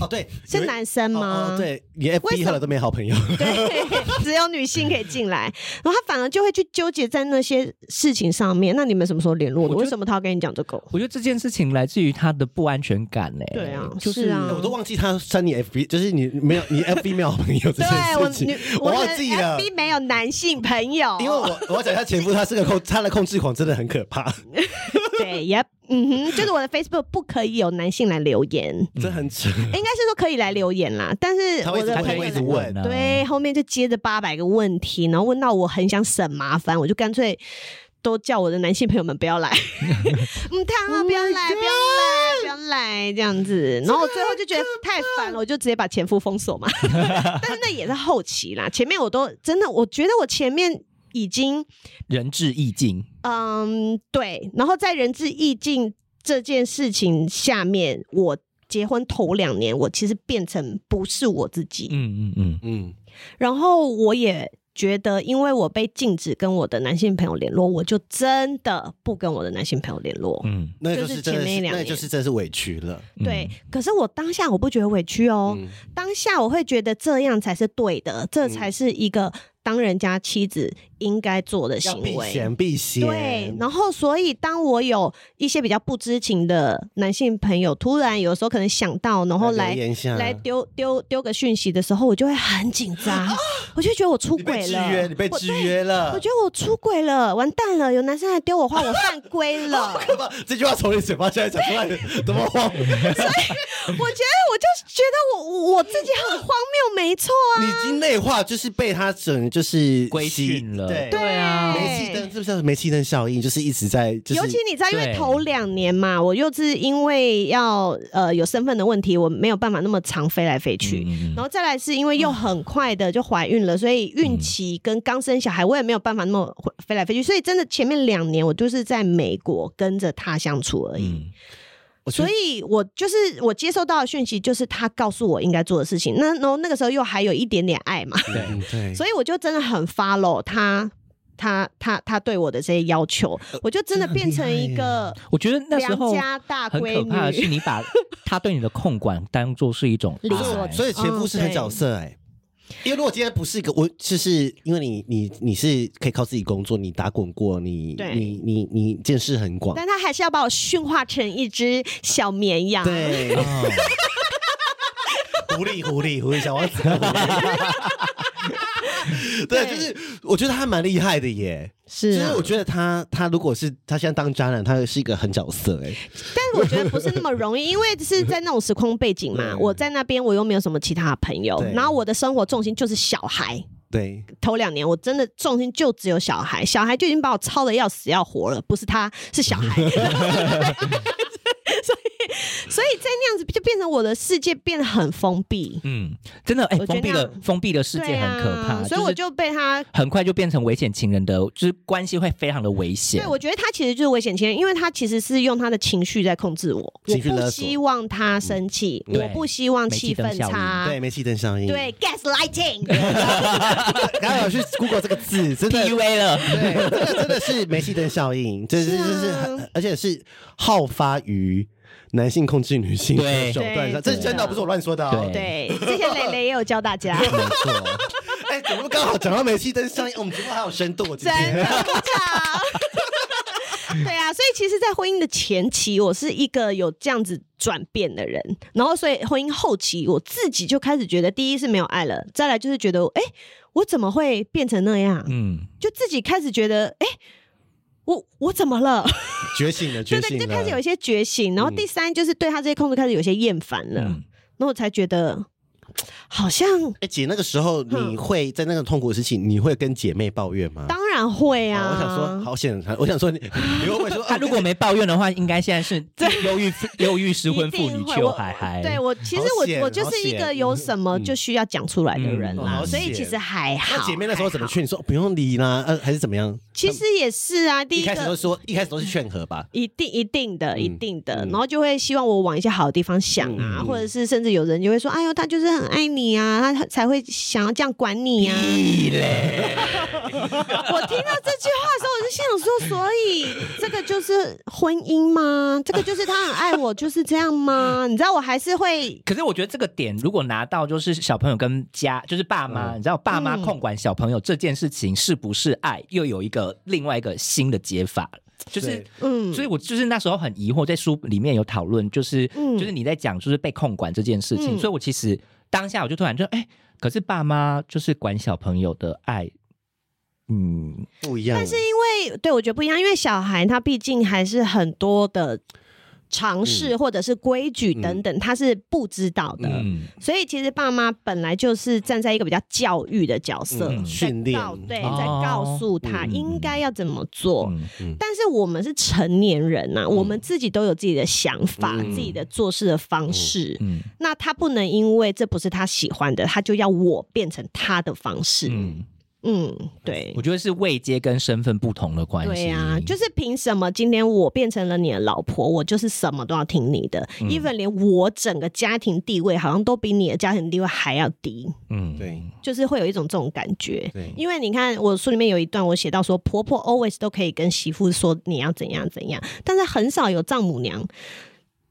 B: 哦，对，有
D: 是
B: 一
D: 男生吗？
B: 哦哦对，你
D: 为
B: FB
D: 什么
B: 后来都没好朋 友，
D: 对，只有女性可以进来，然后她反而就会去纠结在那些事情上面。那你们什么时候联络的？
C: 我觉得
D: 为什么他要跟你讲这个？
C: 我觉得这件事情来自于他的不安全感欸呢、
D: 对啊
C: 就是
D: 啊
B: 我都忘记他删你 FB，就是你没有你 FB 没有好朋友这
D: 对啊
B: 件
D: 我
B: 事情
D: 女，
B: 我
D: 的
B: 忘记了。
D: FB 没有男性朋友，
B: 因为我我要讲一下前夫，他是个控， 他的控制狂真的很可怕，
C: 嗯
D: 对也嗯哼，就是我的 Facebook 不可以有男性来留言， 应
B: 这很扯。
D: 该是说可以来留言啦，但是
B: 他会
D: 我
B: 一直
D: 的
C: 他可
D: 朋
C: 以
D: 友
B: 会一
C: 一
B: 直
C: 直
D: 来。
B: 问
C: 问啊，
D: 对，后面就接着八百个问题，然后问到我很想省麻烦，我就干脆都叫我的男性朋友们不要来，嗯，他啊，不要来，不要来，不要来，这样子。然后我最后就觉得太烦了，我就直接把前夫封锁嘛。但是那也是后期啦，前面我都真的，我觉得我前面已经
C: 人至意境，
D: 嗯对，然后在人质意境这件事情下面，我结婚头两年，我其实变成不是我自己，
C: 嗯嗯嗯，
B: 嗯，
D: 然后我也觉得因为我被禁止跟我的男性朋友联络，我就真的不跟我的男性朋友联络。
C: 嗯，
B: 那就
D: 就是
B: 真的
D: 前面
B: 是，
D: 两
B: 那
D: 年
B: 就是真的是委屈了。
C: 嗯
D: 对，，可是我当下我不觉得委屈哦，
B: 嗯
D: 当下我会觉得这样才是对的，这才是一个当人家妻子应该做的
B: 要
D: 行
B: 避
D: 为。
B: 嫌，避嫌。
D: 对，然后所以当我有一些比较不知情的男性朋友，突然有时候可能想到，然后来
B: 留言一下
D: 来丢丢丢个讯息的时候，我就会很紧张，我就觉得我
B: 啊
D: 出
B: 你被
D: 轨
B: 制
D: 了，
B: 约，你被
D: 我
B: 制。约
D: 对
B: 了。
D: 我觉得我出轨了，完蛋了！有男生来丢我话，我犯规 了。我觉得
B: 得这句话从你嘴巴现在讲出来，多么 荒谬！
D: 我就觉得我我我自己很荒谬，没错啊。
B: 你已经内化，就是被他整就是
C: 规训了
B: 对，
D: 对啊
B: 煤气灯是不是煤气灯效应？就是一直在，就是
D: 尤其你知道，因为
C: 对
D: 头两年嘛，我又是因为要呃有身份的问题，我没有办法那么常飞来飞去。
C: 嗯
D: 然后再来是因为又很快的就怀孕了，所以孕期跟刚生小孩，我也没有办法那么飞来飞去。所以真的前面两年我就是在美国跟着他相处而已。
C: 嗯
B: 我觉
D: 所
B: 得
D: 以我就是我接收到的讯息就是他告诉我应该做的事情。那然后那个时候又还有一点点爱嘛，
C: 对
B: 嗯对，
D: 所以我就真的很 follow 他。他他他对我的这些要求，我就真的
B: 这呃很厉
D: 变成一
B: 害
D: 个
C: 我觉得那时候
D: 良家大
C: 很
D: 闺
C: 可怕的是，
D: 女，
C: 你 把他对你的控管当做是一种
D: 理所
C: 爱
D: 以
B: 所以前夫是很角色哎、因为如果今天不是一个我，就是因为你你你是可以靠自己工作，你打滚过，你
D: 对
B: 你你你见识很广，
D: 但她还是要把我驯化成一只小绵羊。
B: 对，
D: 啊
C: 哦
B: 狐狸狐狸狐狸小王子，狐狸 对，就是我觉得他蛮厉害的耶，
D: 是
B: 就是
D: 啊
B: 我，觉得他他如果是他现在当渣男，他是一个狠角色哎、
D: 但是我觉得不是那么容易，因为 是在那种时空背景嘛。
B: 对
D: 我在那边，我又没有什么其他的朋友
B: 对，
D: 然后我的生活重心就是小孩。
B: 对，
D: 头两年，我真的重心就只有小孩，小孩就已经把我操的要死要活了，不是他，是小孩。所以，所以在那样子就变成我的世界变得很封闭，
C: 嗯， 真的哎，
D: 我
C: 封
D: 觉得
C: 闭
D: 那
C: 的
D: 样
C: 封闭的世
D: 对
C: 界
D: 啊
C: 很可怕，
D: 所以我
C: 是
D: 就被他
C: 很快就变成危险情人的，就是关系会非常的危险。
D: 对，我觉得他其实就是危险情人，因为他其实是用他的情绪在控制我。我
B: 情绪勒
D: 不
B: 索
D: 希望他生气，
C: 对
D: 我不希望气氛差。
B: 对，煤气灯效应，
D: 啊 对，，gaslighting，
B: 刚刚有去 Google 这个字，真的
C: PUA 了，
B: 对，这个真的是煤气灯效应，这是
D: 是啊
B: 这是很，而且是好发于男性控制女性的
C: 对
B: 手段上，这
D: 对
B: 是真的，
D: 对
B: 不是我乱说的哦。
D: 对，这些蕾蕾也有教大家。
C: 没错。
B: 哎，怎么刚好讲到煤气灯效应，我们节目还有深度，今
D: 真
B: 天
D: 的鼓掌。 对啊，所以其实，在婚姻的前期，我是一个有这样子转变的人，然后所以婚姻后期，我自己就开始觉得，第一是没有爱了，再来就是觉得，哎、我怎么会变成那样？
C: 嗯，
D: 就自己开始觉得，哎、我我怎么了？
B: 觉醒了，觉
D: 对 对，
B: 醒
D: 就
B: 了，嗯
D: 开始有一些觉醒。然后第三就是对他这些控制开始有些厌烦了，然
C: 嗯
D: 后我才觉得好像
B: 哎姐，那个时候你
D: 嗯
B: 会在那个痛苦时期，你会跟姐妹抱怨吗？
D: 当然会
B: 哦
D: 啊。
B: 我想说，好险！我想说你，你会不会说，哦
C: 他如果没抱怨的话，应该现在是忧郁忧郁失婚妇
D: 一
C: 女
D: 定会
C: 邱
D: 我
C: 海海。
D: 对我，其实
B: 好险
D: 我我就是一
B: 好
D: 个
B: 险
D: 有什么
B: 嗯
D: 就需要讲出来的人
C: 嗯
D: 啦，
C: 好
D: 所以
B: 险
D: 其实还好。
B: 那姐妹那时候怎么
D: 还好？
B: 劝你说哦不用理啦，呃，还是怎么样？
D: 其实也是啊，第
B: 一开始都
D: 个
B: 说，一开始都是劝和吧，
D: 一定一定的，
B: 嗯
D: 一定的，
B: 嗯
D: 然后就会希望我往一些好的地方想啊，
B: 嗯
D: 或者是甚至有人就会说：“哎呦，他就是很爱你啊，他才会想要这样管你啊。” 我听到这句话的时候，我就心想说：“所以这个就是婚姻吗？这个就是他很爱我，就是这样吗？”你知道，我还是会
C: 可是我觉得这个点，如果拿到就是小朋友跟家，就是爸妈，你知道爸妈
D: 嗯
C: 控管小朋友这件事情是不是爱，又有一个另外一个新的解法，就是
B: 对。
D: 嗯
C: 所以，我就是那时候很疑惑，在书里面有讨论，就是、
D: 嗯
C: 就是你在讲就是被控管这件事情，
D: 嗯
C: 所以我其实当下我就突然就哎、可是爸妈就是管小朋友的爱，嗯，
B: 不一样。
D: 但是因为对我觉得不一样，因为小孩他毕竟还是很多的尝
B: 嗯
D: 试或者是规矩等等，他是不知道的。
C: 嗯
D: 所以其实爸妈本来就是站在一个比较教育的角色，
B: 嗯
D: 在
B: 训练
D: 告对，
C: 哦
D: 在告诉他
B: 嗯
D: 应该要怎么做。
C: 嗯
D: 但是我们是成年人呐、我们自己都有自己的想法、
B: 嗯
D: 自己的做事的方式。
C: 嗯
D: 那他不能因为这不是他喜欢的，他就要我变成他的方式。
C: 嗯
D: 嗯，对
C: 我，觉得是位阶跟身份不同的关系。
D: 对呀、就是凭什么今天我变成了你的老婆，我就是什么都要听你的、
C: 嗯
D: e v e n 连我整个家庭地位好像都比你的家庭地位还要低，
C: 嗯
B: 对
D: 就是会有一种这种感觉。
B: 对，
D: 因为你看，我书里面有一段我写到说，婆婆 always 都可以跟媳妇说你要怎样怎样，但是很少有丈母娘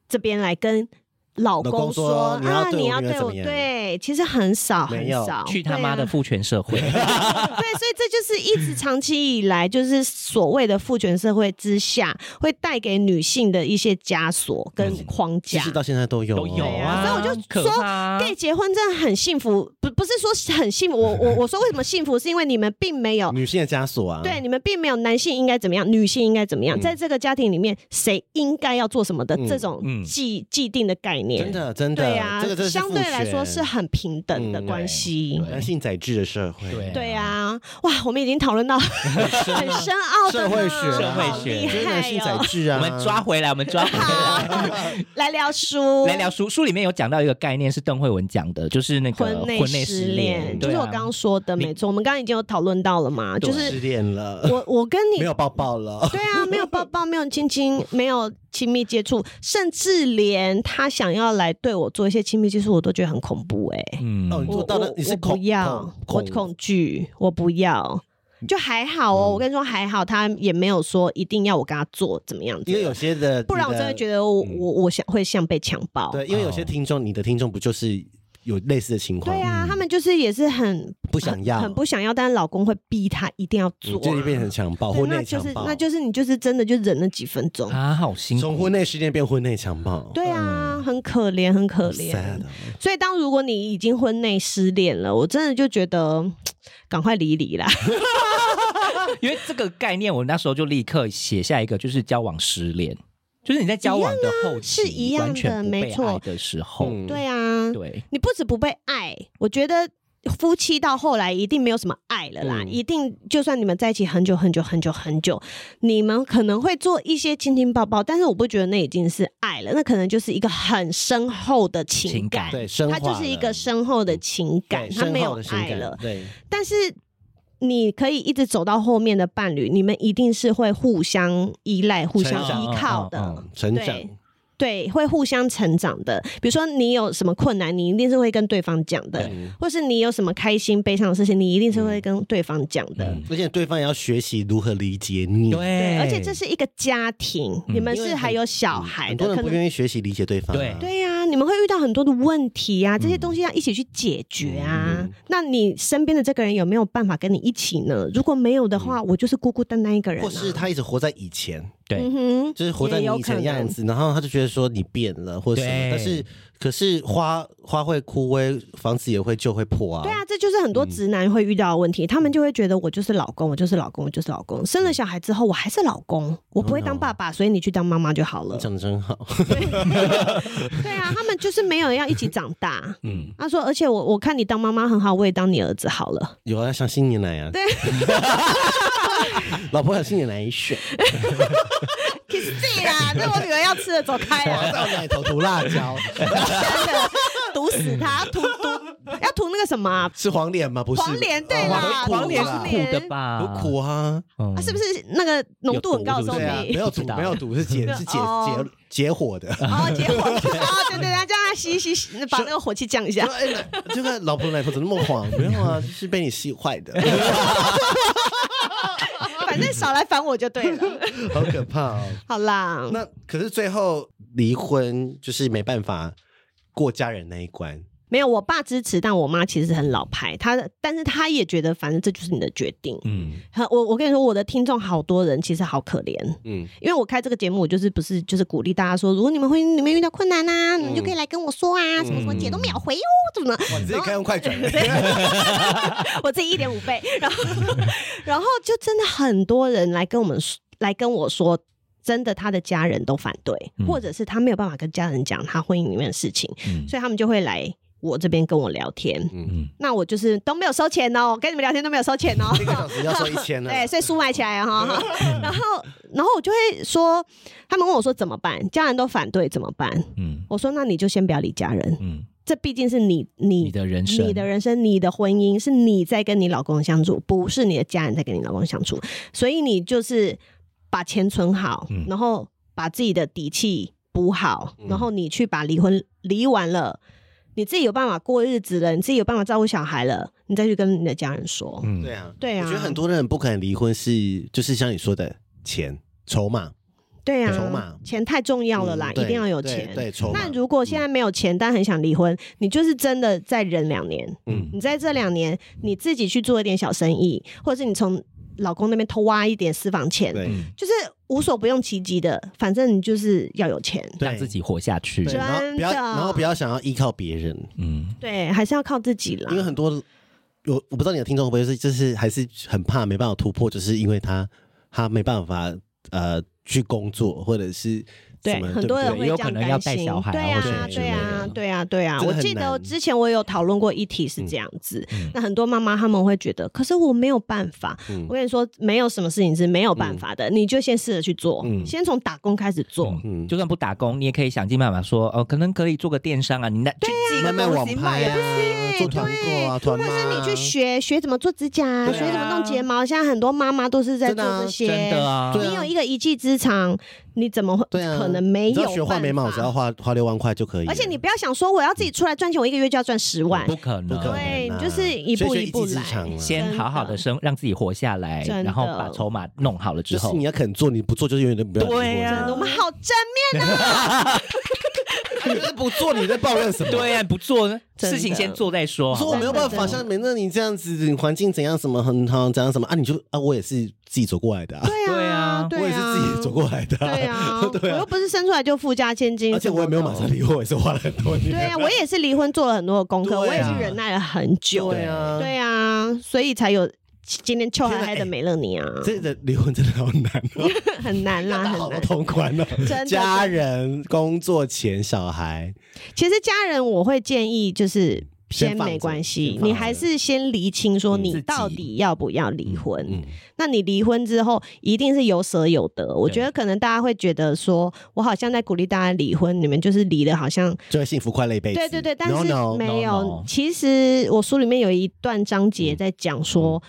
D: 这边来跟老
B: 老
D: 公
B: 公说
D: 说
B: 你要
D: 啊，
B: 对
D: 你
B: 我
D: 要
B: 女儿
D: 对
B: 怎
D: 我
B: 么样
D: 对，其实很少
B: 没
D: 很
B: 有
D: 少，
C: 去他
D: 对
C: 妈
D: 啊
C: 的父权社会，
D: 对，所以这就是一直长期以来，就是所谓的父权社会之下，会带给女性的一些枷锁跟框
B: 嗯其
D: 架。
B: 实到现在都有
C: 都
B: 哦
C: 有啊。
D: 所以我就
C: 可
D: 说
C: 怕啊
D: gay 结婚真的很幸福，不不是说很幸福，我我我说为什么幸福，是因为你们并没有
B: 女性的枷锁啊，
D: 对，你们并没有男性应该怎么样，女性应该怎么样，在这个家庭里面谁应该要做什么的
B: 嗯
D: 这种
C: 嗯
D: 既既定的概念，
B: 真的真的，
D: 对啊，
B: 这个真的是
D: 相对来说是
B: 父权
D: 很平等的
B: 嗯
D: 关系。
C: 对
B: 男性宰制的社会，
C: 对
D: 对啊，哇，我们已经讨论到很深奥哦的
B: 社会学
D: 呢
C: 社会
D: 好
C: 学
D: 厉
B: 就是男性
D: 害
B: 宰
D: 哦！
B: 制啊，
C: 我们抓回来，我们抓回来。
D: 来聊书，
C: 来聊书，书里面有讲到一个概念是邓慧文讲的，就是那个
D: 婚
C: 内
D: 内
C: 失
D: 失恋，就
C: 对
D: 是
C: 啊
D: 我刚刚说的，
C: 你
D: 没错，我们刚刚已经有讨论到了嘛，就
B: 失
D: 是
B: 恋了，
D: 我我跟你
B: 啊没有抱抱 了，
D: 对啊，没有抱抱，没有亲亲，没有亲密接触，甚至连他想要来对我做一些亲密接触，我都觉得很恐怖哎、
C: 嗯
B: 哦你做
D: 我
B: 到了
D: 我
B: 你是
D: 我
B: 恐
D: 不要，
B: 恐
D: 我
B: 恐
D: 恐惧，我不要。就还好哦，
B: 嗯
D: 我跟你说还好，他也没有说一定要我跟他做怎么样子，
B: 因为有些的，
D: 不然我真的觉得我我我想会像被强暴。
B: 得对，因为有
C: 哦
B: 些听众，你的听众不就是有类似的情况，
D: 对啊，他们就是也是很
B: 不想要，
D: 很不想要，但是老公会逼他一定要做
B: 嗯
D: 啊，
B: 就是变成强暴，
D: 对
B: 婚
D: 那
B: 内
D: 就
B: 强
D: 是
B: 暴，
D: 那就是你就是真的就忍了几分钟，
C: 啊，好辛
B: 从
C: 苦
B: 婚。内失恋变婚内强暴，
D: 对啊，很可怜，很可怜。
B: 嗯 sad 哦
D: 所以，当如果你已经婚内失恋了，我真的就觉得赶快离离啦。
C: 因为这个概念，我那时候就立刻写下一个，就是交往失恋，就是你在交往的后期
D: 是一样的
C: 完全不被
D: 没错
C: 爱的时候，
B: 嗯
D: 对啊，
C: 对，
D: 你不止不被爱，我觉得。夫妻到后来一定没有什么爱了啦，
B: 嗯
D: 一定就算你们在一起很久很久很久很久，你们可能会做一些亲亲抱抱，但是我不觉得那已经是爱了，那可能就是一个很深厚的情
C: 情
D: 感
C: 感，
B: 对，深
D: 它
B: 化
D: 就是一
B: 了
D: 个深厚的情感，
B: 对
D: 它
B: 深
D: 没有
B: 厚的情
D: 爱
B: 感
D: 了。
B: 对，
D: 但是你可以一直走到后面的伴侣，你们一定是会互相依赖、互相
B: 成长
D: 依靠的。
C: 嗯嗯嗯
B: 成长
D: 对对，会互相成长的。比如说，你有什么困难，你一定是会跟对方讲的；
B: 嗯
D: 或是你有什么开心、悲伤的事情，你一定是会跟对方讲的。
C: 嗯
B: 而且对方也要学习如何理解你，
D: 对，
C: 对
D: 嗯而且这是一个家庭，
C: 嗯
D: 你们
B: 因为
D: 是还
B: 很
D: 有小
B: 嗯
D: 孩
B: 很
D: 的，
B: 多
D: 可
B: 人不
D: 能
B: 愿意学习理解对方啊，
C: 对
D: 对呀、你们会遇到很多的问题呀、这些东西要一起去解决啊。
B: 嗯
D: 那你身边的这个人有没有办法跟你一起呢？如果没有的话，我就是孤孤单单一个人、
B: 嗯
D: 啊。
B: 或是，他一直活在以前，
C: 对
D: 嗯哼，
B: 就是活在
D: 也
B: 你
D: 有
B: 以前
D: 可
B: 的样
D: 能
B: 子，然后他就觉得说你变了或什么，
C: 对
B: 但是可是花花会枯萎，房子也会就会破啊。
D: 对啊，，这就是很多直男会遇到的问题，他们就会觉得我就是老公，我就是老公，我就是老公。
B: 嗯
D: 生了小孩之后，我还是老公，我不会
B: 哦
D: 当爸爸，所以你去当妈妈就好了
B: 你。讲的真好，
D: 对啊，他们就是没有要一起长大。
C: 嗯，
D: 他说，而且我我看你当妈妈很好，我也当你儿子好了。
B: 有啊，像新年来啊，对， 老婆想新年来选，
D: kiss 自己啦，这我女儿要吃的，走开
B: 我
D: 啊！
B: 到奶头涂辣椒，
D: 真的毒死他，涂涂要涂那个什么啊、
B: 是黄脸吗？不是
D: 黄连对啦，
B: 哦黄
C: 黄
B: 连
C: 连
B: 苦啊
C: 是
D: 黄
C: 苦的吧？
B: 不苦啊，
C: 嗯
D: 啊，是不是那个浓度很高的时候
C: 有毒
B: 对啊，
D: 可
B: 没
D: 以？
B: 有
C: 不知
B: 毒，
C: 道
B: 没有毒，是解是解
D: 哦
B: 解解火 的。
D: 哦，结火哦，对对对，让它吸一吸吸，把那个火气降 一下
B: 说。哎，奶这个老婆奶头怎么那么黄？没有啊，是被你吸坏的，
D: 反正少来烦我就对了。
B: 好可怕哦。
D: 好啦，
B: 那可是最后离婚就是没办法过家人那一关，嗯
D: 没有，我爸支持，但我妈其实很老牌，她但是她也觉得，反正这就是你的决定。
C: 嗯，
D: 很我我跟你说，我的听众好多人其实好可怜，
B: 嗯，
D: 因为我开这个节目，我就是不是就是鼓励大家说，如果你们婚姻里面遇到困难啊，你们就
C: 嗯
D: 可以来跟我说啊，什么什么姐都秒回哦，怎 么
B: 哇，你自己开用快转，
D: 哦我自己一点五倍，然后 然后就真的很多人来跟我们说，来跟我说。真的，他的家人都反对，
C: 嗯
D: 或者是他没有办法跟家人讲他婚姻里面的事情，
C: 嗯
D: 所以他们就会来我这边跟我聊天。
C: 嗯
D: 那我就是都没有收钱哦，我跟你们聊天都没有收钱 哦。
B: 一个小时要收一千 呢。
D: 哎对，所以书买起来了哈。然后，然后我就会说，他们问我说怎么办？家人都反对怎么办？
C: 嗯
D: 我说那你就先不要理家人，
C: 嗯
D: 这毕竟是你你
C: 你的人生
D: 你的人生、你的婚姻是你在跟你老公相处，不是你的家人在跟你老公相处。所以你就是把钱存好，
C: 嗯
D: 然后把自己的底气补好，然后你去把离婚离完了，你自己有办法过日子了，你自己有办法照顾小孩了，你再去跟你的家人说。
C: 嗯
B: 对啊，
D: 对啊
B: 我觉得很多人不肯离婚是就是像你说的钱筹码，
D: 对呀、
B: 筹码
D: 钱太重要了啦，
B: 嗯
D: 一定要有
B: 对
D: 钱。
B: 对对筹码
D: 那。如果现在没有钱，但很想离婚，你就是真的再忍两年。
B: 嗯
D: 你在这两年，你自己去做一点小生意，或者是你从老公那边偷挖一点私房钱，
B: 对
C: 嗯
D: 就是无所不用其极的。反正你就是要有钱，
B: 对
C: 让自己活下去
B: 对，。然后不要，
D: 真的
B: 然后不要想要依靠别人，
C: 嗯，
D: 对，啊还是要靠自己啦
B: 因。为很多有我不知道你的听众会不会是就是还是很怕没办法突破，就是因为他他没办法呃去工作或者是什
D: 对，
B: 么
D: 很多人
B: 对不对
C: 也有
D: 会这样
C: 可能要
D: 担
C: 带
D: 心
C: 小孩。啊
D: 对
C: 或者
D: 啊，
B: 什么之
D: 对
B: 类
D: 啊
B: 的，
D: 对啊，对啊。
B: 这个
D: 我
B: 很
D: 记得
B: 难
D: 之前我有讨论过一题是这样子，
C: 嗯
D: 那很多妈妈他们会觉得，可是我没有办法。
B: 嗯
D: 我跟你说，没有什么事情是没有办法的，你就先试着去做，
B: 嗯
D: 先从打工开始做。
B: 嗯
C: 就算不打工，你也可以想尽办法说，哦，可能可以做个电商啊，你那去寄个
B: 慢慢
C: 东
B: 网
C: 西
B: 拍
C: 卖啊，
B: 啊，做团购啊，
D: 或
B: 团
D: 者
B: 妈
D: 是你
B: 啊
D: 去学学怎么做指甲、
B: 对啊
D: 学怎么弄睫毛，现在很多妈妈都是在
B: 真
D: 做
B: 的啊
D: 这些。
C: 真的啊，
B: 对啊
D: 你有一个一技之长，你怎么会、
B: 对啊，
D: 可能没
B: 你知
D: 有
B: 道学画眉毛
D: 办法
B: 只要花花六万块就可以了，
D: 而且你不要想说我要自己出来赚钱，我一个月就要赚十万。
C: 不可
B: 不
C: 能，
B: 可能啊，
D: 对你就是一
B: 所以
D: 步
B: 就
D: 一步
B: 技之
D: 来
B: 长啊
C: 先好好的生，让自己活下来，
D: 真的
C: 然后把筹码弄好了之
B: 就是
C: 后
B: 你，要肯做，你不做就是永远都不要离婚
C: 对啊
B: 真的
D: 我们好正
B: 你就是不做，你在抱怨什么？
C: 对啊，不做
D: 真的
C: 事情先做再说。
B: 我
C: 好
B: 说
C: 不
B: 我
C: 好
B: 没有办法，像美乐你这样子，你环境怎样什么很好怎样什么啊，你就啊，我也是自己走过来的、啊，
D: 面，对啊，
B: 我也是自己走。过来的、，
D: 对啊
B: 对
D: 我
B: 啊
D: 又，不是生出来就富家千 金，
B: 而且我也没有马上。离婚，我也是花了很多年。
D: 对啊，我也是离婚做了很多的功课，我
B: 对
D: 也
B: 啊
D: 是忍耐了很久。
B: 对啊
D: 对啊，所以才有今天秋海海的美乐你啊，
B: 这个离婚真的好难哦，
D: 很 难啦，
B: 要打
D: 很
B: 好多
D: 难。
B: 通关哦。
D: 真的
B: 家人、工作、钱、小孩，
D: 其实家人我会建议就是。
B: 先
D: 先
B: 放着
D: 没关
B: 先
D: 系，
B: 放着
D: 你还是先厘清说
C: 自
D: 你
C: 己
D: 到底要不要离婚。
B: 嗯，
D: 那你离婚之后一定是有舍有得。我觉得可能大家会觉得说，我好像在鼓励大家离婚，你们就是离的好像
B: 就会幸福快乐一辈子。
D: 对对对，但
B: No,
D: 是
B: no,
D: 没有。
C: no, no
D: 其实我书里面有一段章
B: 嗯
D: 节在讲说，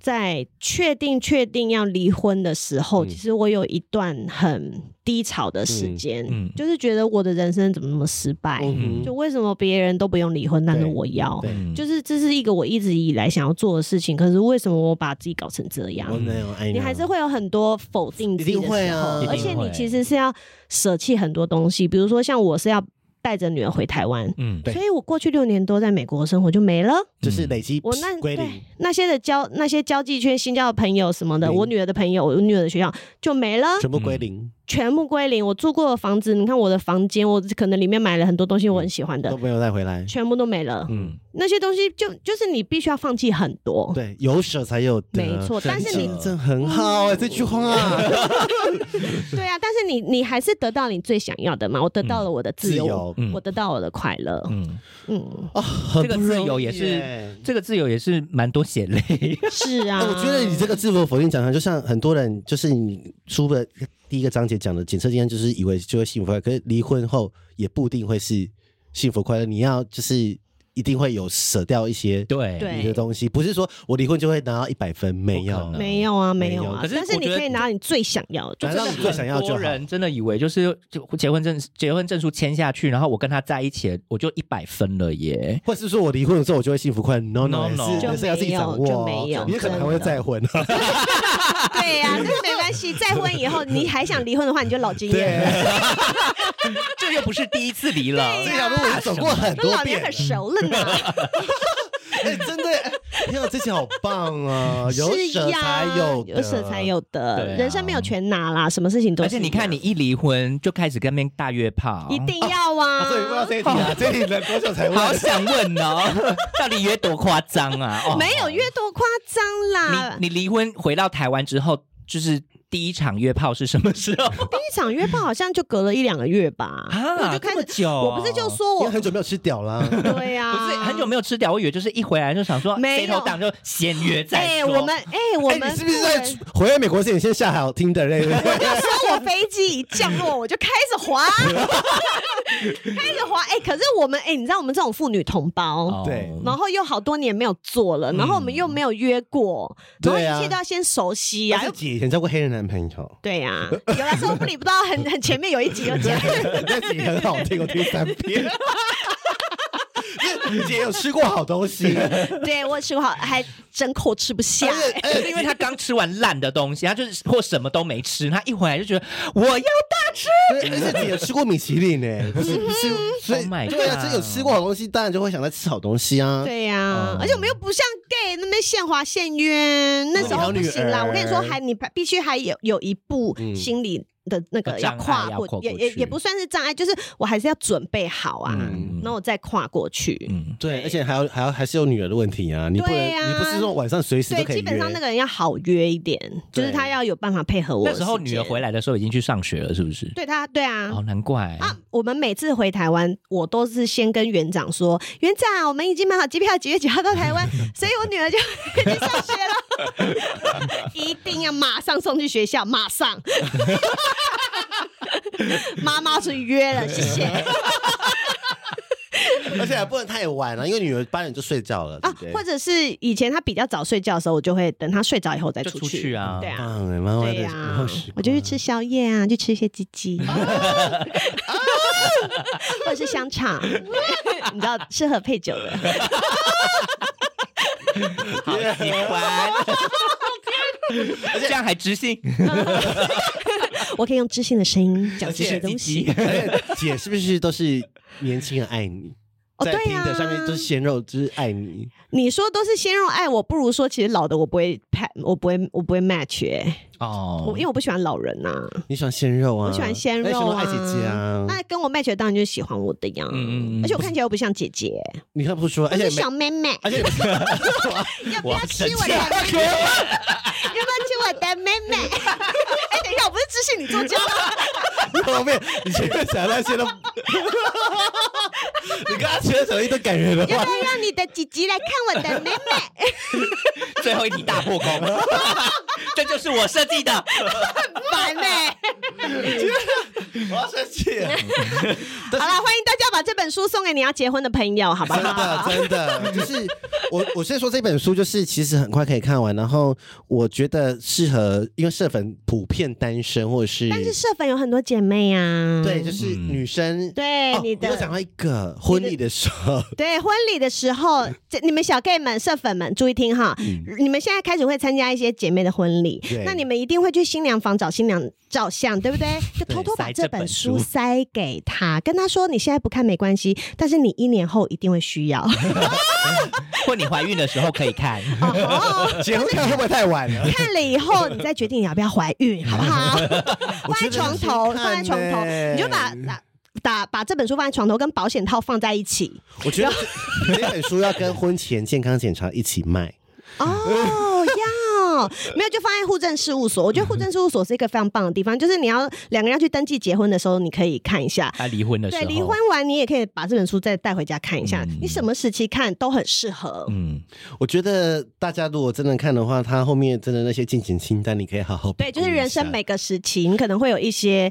D: 在确定确定要离婚的时候，
B: 嗯
D: 其实我有一段很低潮的时间，
C: 嗯嗯
D: 就是觉得我的人生怎么那么失败，
B: 嗯
D: 就
B: 哼
D: 为什么别人都不用离婚，但是
B: 对
D: 我要。
B: 对
C: 嗯
D: 就是这是一个我一直以来想要做的事情，可是为什么我把自己搞成这样？
B: 我没有爱
D: 你还是会有很多否定自己的
B: 一
D: 时
B: 定
D: 候，
B: 会啊
D: 而
C: 一
D: 且
C: 定会
D: 你其实是要舍弃很多东西，比如说像我是要带着女儿回台湾，
C: 嗯，
B: 对
D: 所以我过去六年多在美国生活就没了。
B: 就是累积
D: 我那
B: 归
D: 对
B: 零，
D: 那些的交那些交际圈新交的朋友什么的，
B: 嗯
D: 我女儿的朋友，我女儿的学校就没了，
B: 全部归
D: 嗯
B: 零，
D: 全部归零。我住过的房子，你看我的房间，我可能里面买了很多东西我很喜欢
B: 嗯都
D: 的，
B: 没有再回来。
D: 全部都没了。
B: 嗯，
D: 那些东西就就是你必须要放弃很多，
B: 对，有舍才有得，
D: 没错但是你嗯
B: 真的很好哎、这句话、啊，
D: 对啊，但是你你还是得到你最想要的嘛。我得到了我的
B: 自
D: 自由，
B: 由，啊
C: 嗯
D: 我得到我的快乐，
C: 嗯，
D: 嗯，
B: 很
C: 这个
B: 不容
C: 自由
B: 易
C: 也是
B: 耶
C: 这个自由也是蛮多血泪。
D: 是啊，
B: 哎我觉得你这个自我否定讲的，就像很多人，就是你书的第一个章节讲的，检测经验就是以为就会幸福快乐，可是离婚后也不一定会是幸福快乐。你要就是一定会有舍掉一些
C: 对
D: 对
B: 你的东西，不是说我离婚就会拿到一百分，没
C: 不可
B: 有
C: 能。
D: 没有啊，
B: 没
D: 没有
B: 有
D: 啊
C: 嗯可，是
D: 但是
C: 我
D: 你
C: 觉得
D: 可以拿你最想要的，就
B: 拿到你最想要就好
C: 很多人真的以为就是就结婚证结婚证书签下去，然后我跟他在一起，我就一百分了耶。
B: 或是说我离婚的时候我就会幸福快乐？No
C: No,
B: No，也
C: no
B: 是也是要自己掌握哦，
D: 就没有就没有
B: 你也可能还会再婚啊。
D: 对 呀、但是没关系，再婚以后你还想离婚的话，你就老经验了，
C: 这又不是第一次离了，
B: 这条路我已经走过很
D: 跟
B: 多
D: 老娘
B: 遍了
D: 很，熟了呢。
B: 哎，真的，哎你有这些好棒啊！有
D: 是
B: 舍才
D: 呀
B: 有得，
D: 有舍才有得，
C: 对啊
D: 人生没有全拿啦，什么事情都
C: 而
D: 是
C: 且你看，你一离婚就开始跟那边大约炮，
D: 一定要啊
B: 啊，哦所以问到这一题啊，这一题人多久才问？
C: 好想问哦， 到底约多夸张啊？哦，
D: 没有越多夸张啦。
C: 你你离婚回到台湾之后，就是第一场约炮是什么 时候
D: 第一场约炮好像就隔了一两个月吧，对我
C: 啊？
D: 就开
C: 这么
D: 始，
C: 久，
D: 我不是就说
B: 因
D: 啊
B: 为
D: 我
B: 哦很久没有吃屌啊啦。
D: 对呀、
C: 不是很久没有吃掉，我以为就是一回来就想说
D: 没
C: 谁
D: 有
C: 头党就先约
D: 哎、
C: 再说。
D: 我们哎、我
B: 哎，
D: 们、
B: 你是不是在回来美国之前先下好听的 嘞？
D: 我就说我飞机一降落，我就开始滑， 开始滑。哎、可是我们哎、你知道我们这种妇女同胞。
C: 哦
B: 对
D: 然后又好多年没有做了，然后我们又没有约过，然
B: 嗯
D: 后
B: 对啊
D: 一切都要先熟悉呀、
B: 而
D: 又
B: 且姐以前交过黑人男朋 友，
D: 对 呀、有的时候不理不到，很很 前面有一集有讲，啊
B: 那集很好听，我听三 遍。姐有吃过好东 西，
D: 对我吃不好，还真口吃不下、哎
C: 就是因为他刚吃完烂的东西，他就是或什么都没吃，他一回来就觉得我要大吃。
B: 对而且姐有吃过米其林呢，是是，所以
C: Oh my
B: 对啊，
C: God
B: 这有吃过好东西，当然就会想再吃好东西啊。
D: 对呀、
C: 哦
D: 而且我们又不像 gay 那边现滑现约，那时候不行啦。
B: 啊那你好女儿
D: 我跟你说，还你必须还有有一步
B: 嗯
D: 心理的那个
C: 呃
D: 要
C: 障碍
D: 跨
C: 要
D: 过，
C: 跨过
D: 也也
C: 去
D: 也不算是障碍，就是我还是要准备好啊，
B: 嗯
D: 然后我再跨过去。
C: 嗯，
B: 对，而且还要还要还是有女儿的问题啊，你不能
D: 对啊
B: 你不是说晚上随时
D: 对
B: 都，可以
D: 基
B: 约
D: 本上那个人要好约一点，就是
B: 对
D: 他要有办法配合我的
C: 那
D: 时
C: 时
D: 间。
C: 候女儿回
D: 来，
C: 来的时候已经去上学了，是不是？
D: 对他，对啊。
C: 哦，难怪。
D: 啊！我们每次回台湾，我都是先跟园长说：“园长，我们已经买好机票，几月几号到 台湾，所以我女儿就去上学了，一定要马上送去学校，马上。”妈妈出去约了，谢谢啊！
B: 而且还不能太晚啊了，因为女儿八点就睡觉了，对不对
D: 啊或者是以前她比较早睡觉的时候，我就会等她睡着以后再
C: 就
D: 出
C: 出去啊
D: 对啊，哦
B: 啊，妈妈
D: 对
B: 的
D: 呀、
B: 然后时光，
D: 我就去吃宵夜啊，去吃一些鸡鸡，哦 或者是香肠， 你知道适合配酒的。
C: 好 喜欢， 这样还知性，
D: 我可以用知性的 声音讲
C: 而
D: 这
C: 且
D: 些东西。
C: 积极
B: 而且姐是不是都是年轻人爱你？
D: 哦，
B: 在
D: 对
B: 听
D: 呀、
B: 的上面都是鲜肉，就是爱你。
D: 你说都是鲜肉爱我，不如说其实老的我不会 pat，我不会，我不会 match 哎、
C: 哦
D: 我因为我不喜欢老人呐、
B: 你喜欢鲜肉啊？
D: 我喜欢鲜肉
B: 那鲜肉
D: 啊
B: 爱姐姐啊。
D: 那跟我 match 的当然就是喜欢我的呀。
C: 嗯嗯嗯
D: 而且我看起来又不像姐姐，
B: 你看不出来，
D: 我
B: 而且
D: 是
B: 没
D: 小妹妹。
B: 而且
D: 要不
C: 我
D: 要
C: 要
D: 吃
C: 生
D: 我的
C: 气
D: 妹 妹？要不要吃我的妹妹？ 哎、等一下，我不是知性你作家吗？
B: 你后面你前面讲那些都， 你刚刚前讲一堆感 人的
D: 要
B: 话
D: 不，要让你的姐姐来看我的妹妹？
C: 最后一题大破 功，这就是我设计的。
D: 很烦哎、
B: 我要生气了。
D: 好了，欢迎大家把这本书送给你要结婚的啊朋友，好不
B: 真
D: 好？
B: 的，真的，就是我，我先说这本书，就是其实很快可以看完，然后我觉得适合，因为社粉普遍单身，或者是
D: 但是社粉有很多姐妹啊，
B: 对，就是
C: 嗯
B: 女生。
D: 对、
B: 哦
D: 你
B: 我有讲
D: 的
B: 到一个婚礼的时候，
D: 对婚礼的时候，这你们小 gay 们、社粉们注意听哈，你们现在开始会参加一些姐妹的婚礼
B: 嗯对，
D: 那你们一定会去新娘房找新娘照相，对 不对？就偷偷把
C: 塞
D: 这
C: 这本
D: 本
C: 书
D: 书塞给她，跟她说你现在不看没关系，但是你一年后一定会需要。
C: 或你怀孕的时候可以看，
D: 哦，
B: 结婚看会不会太晚 了？
D: 看了以后你再决定你要不要怀孕，好不好？
B: 我
D: 放在
B: 觉得
D: 床
B: 很好
D: 头，
B: 看
D: 放在床头，
B: 呢
D: 你就把打打把这本书放在床头，跟保险套放在一起。
B: 我觉得这这本书要跟婚前健康检查一起卖。
D: 哦，要没有就放在户政事务所。我觉得户政事务所是一个非常棒的地方，就是你要两个人要去登记结婚的时候，你可以看一下。
C: 他离婚的时
D: 对，
C: 候，
D: 离婚，完你也可以把这本书再带回家看一下，
C: 嗯
D: 你什么时期看都很适合。
C: 嗯，
B: 我觉得大家如果真的看的话，它后面真的那些进行清单，你可以好好
D: 对，就是人生
B: 美。
D: 每个时期，你可能会有一些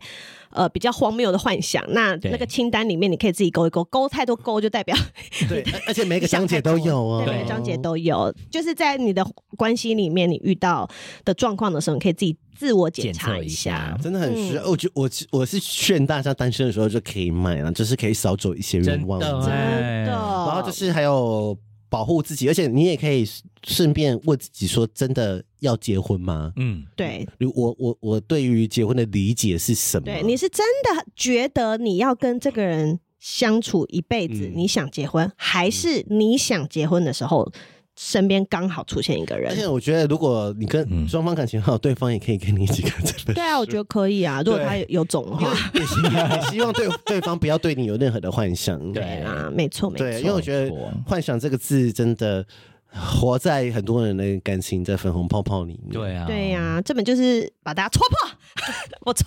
D: 呃比较荒谬的幻想。那
C: 对
D: 那个清单里面，你可以自己勾一勾，勾太多勾就代表
B: 对，而而且每个章节都有哦，
D: 对，每个章节都有。就是在你的关系里面，你遇到的状况的时候，你可以自己自我检
C: 检
D: 查
C: 测
D: 一
C: 一
D: 下
C: 下。
B: 真的很需要。我觉我我是劝大家单身的时候就可以买了，就是可以少走一些冤枉
C: 真的
D: 真
B: 路，
C: 哎
D: 的，
B: 然后就是还有保护自己，而且你也可以顺便问自己说，真的要结婚吗？
C: 嗯，
D: 对
B: 如我我我对于结婚的理解是什么？
D: 对，你是真的觉得你要跟这个人相处一辈子，
B: 嗯
D: 你想结婚，还是你想结婚的时候，身边刚好出现一个
B: 而
D: 人
B: 且？我觉得，如果你跟
C: 嗯
B: 双方感情好，对方也可以跟你一起看这本书。
D: 对啊啊，我觉得可以啊，如果他有种的话。
B: 也希也希望对 对方不要对你有任何的幻想。
C: 对
D: 对啦，没错没
B: 对，因为
D: 错。
B: 我觉得
C: 没错
B: “幻想”这个字真的活在很多人的感情在粉红泡泡里面，，
C: 对啊，
D: 对呀、这本就是把大家戳破， 我戳，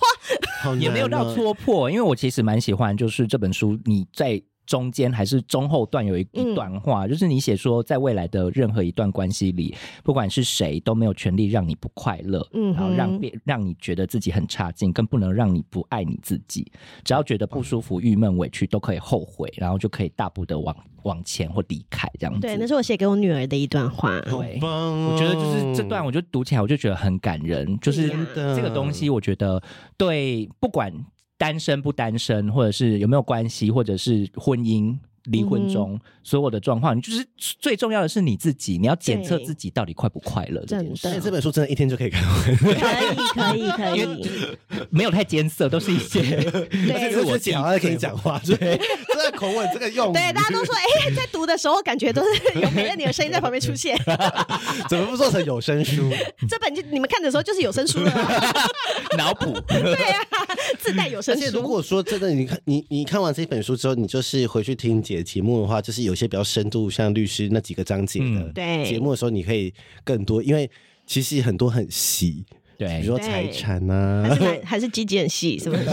B: 好难
C: 也没有
B: 哦
C: 到戳破，因为我其实蛮喜欢，就是这本书你在中间还是中后段有一
D: 嗯
C: 一段话，就是你写说，在未来的任何一段关系里，不管是谁都没有权利让你不快乐，
D: 嗯
C: 然后
D: 哼
C: 让别让你觉得自己很差劲，更不能让你不爱你自己。只要觉得不舒服、郁闷、委屈，都可以后悔，然后就可以大步的往往前或离开这样子。
D: 对，那是我写给我女儿的一段话。
B: 好
C: 对
B: 棒哦、
C: 我觉得就是这段，我就读起来我就觉得很感人，就是
D: 真
B: 的
C: 这个东西，我觉得对不管单身不单身，或者是有没有关系，或者是婚姻。离婚中、所有的状况，你就是最重要的是你自己，你要检测
D: 对
C: 自己到底快不快乐这件事
D: 真
B: 但
D: 的
B: 是这本书真的一天就可以看完，
D: 可以，可以，可
C: 因为就
D: 以。
C: 是没有太艰涩，都是一些
D: 对
C: 自我
B: 讲，他可以讲话， 对，真的口吻这个用语，
D: 对，大家都说，哎、在读的时候感觉都是有美乐你的声音在旁边 出现。
B: 怎么不做成有声书？
D: 这本就你们看的时候就是有声书了啊，
C: 脑补。
D: 对啊，自带有
B: 而
D: 声
B: 且如
D: 书。
B: 果说真的，你看你你看完这本书之后，你就是回去听姐节目的话，就是有些比较深度，像律师那几个章节的
C: 嗯
D: 对
B: 节目的时候，你可以更多，因为其实很多很细，
D: 哎
B: 比如说
C: 对，
B: 财产啊
D: 还。是蛮还是肌腱戏，是不 是？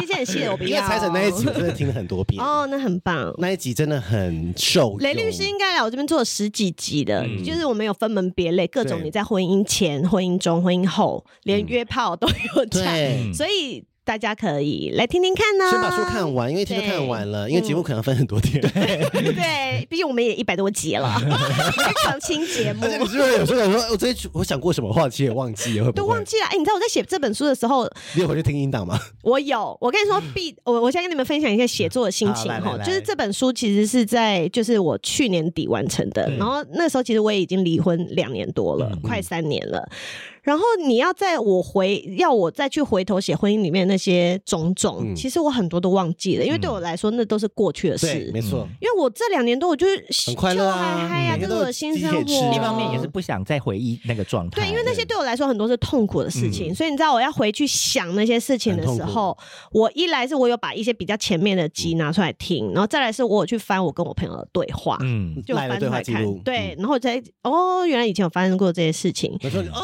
D: 肌腱戏的 我不
B: 因
D: 要
B: 为
D: 哦。
B: 财产那一集我真的听了很多遍，
D: 哦，那很棒。
B: 那一集真的很受用。
D: 雷律师应该来我这边做了十几集的，
C: 嗯
D: 就是我们有分门别类，各种
B: 对嗯
D: 你在婚姻前、婚姻中、婚姻后，连约炮都有讲，
B: 对，
D: 所以大家可以来听听看呢、
B: 嗯先把书看完，因为一天就看完了，因为节目可能分很多天。
D: 对，毕竟我们也一百多集了，常青节 目
B: 而且你是不是有时候想说，哦我这一集我想过什么话，其实也忘记了，会不会
D: 都忘记了。哎、你知道我在写这本书的时候，
B: 你有回去听音档吗？
D: 我有，我跟 你说，必我我先跟你们分享一下写作的心情
B: 好来
D: 哈
B: 来，来
D: 就是这本书其实是在就是我去年底完成的，
B: 嗯
D: 然后那时候其实我也已经离婚两年多了，
C: 嗯
D: 快三年了。然后你要在我回要我再去回头写婚姻里面那些种种，
B: 嗯
D: 其实我很多都忘记了，因为对我来说那都是过去的
B: 对，
D: 事。
B: 没错。
D: 因为我这两年多，我就是
B: 很快乐啊
D: 就嗨嗨呀、
B: 每
D: 这
B: 天
D: 是
B: 都有
D: 我的新生
B: 自己可以吃
D: 活。
B: 啊
C: 一方面也是不想再回忆那个状态。
D: 对，因为那些对我来说很多是痛苦的事情，
B: 嗯
D: 所以你知道我要回去想那些事情的时候，我一来是我有把一些比较
B: 嗯
D: 前面的集拿出来听，然后再来是我有去翻我跟我朋友的对话，
C: 嗯，
D: 就
B: 赖的
D: 翻出
B: 对话
D: 来
B: 记
D: 看
B: 录，嗯
D: 对，然后我才哦，原来以前有发生过这些事情，
B: 我说啊，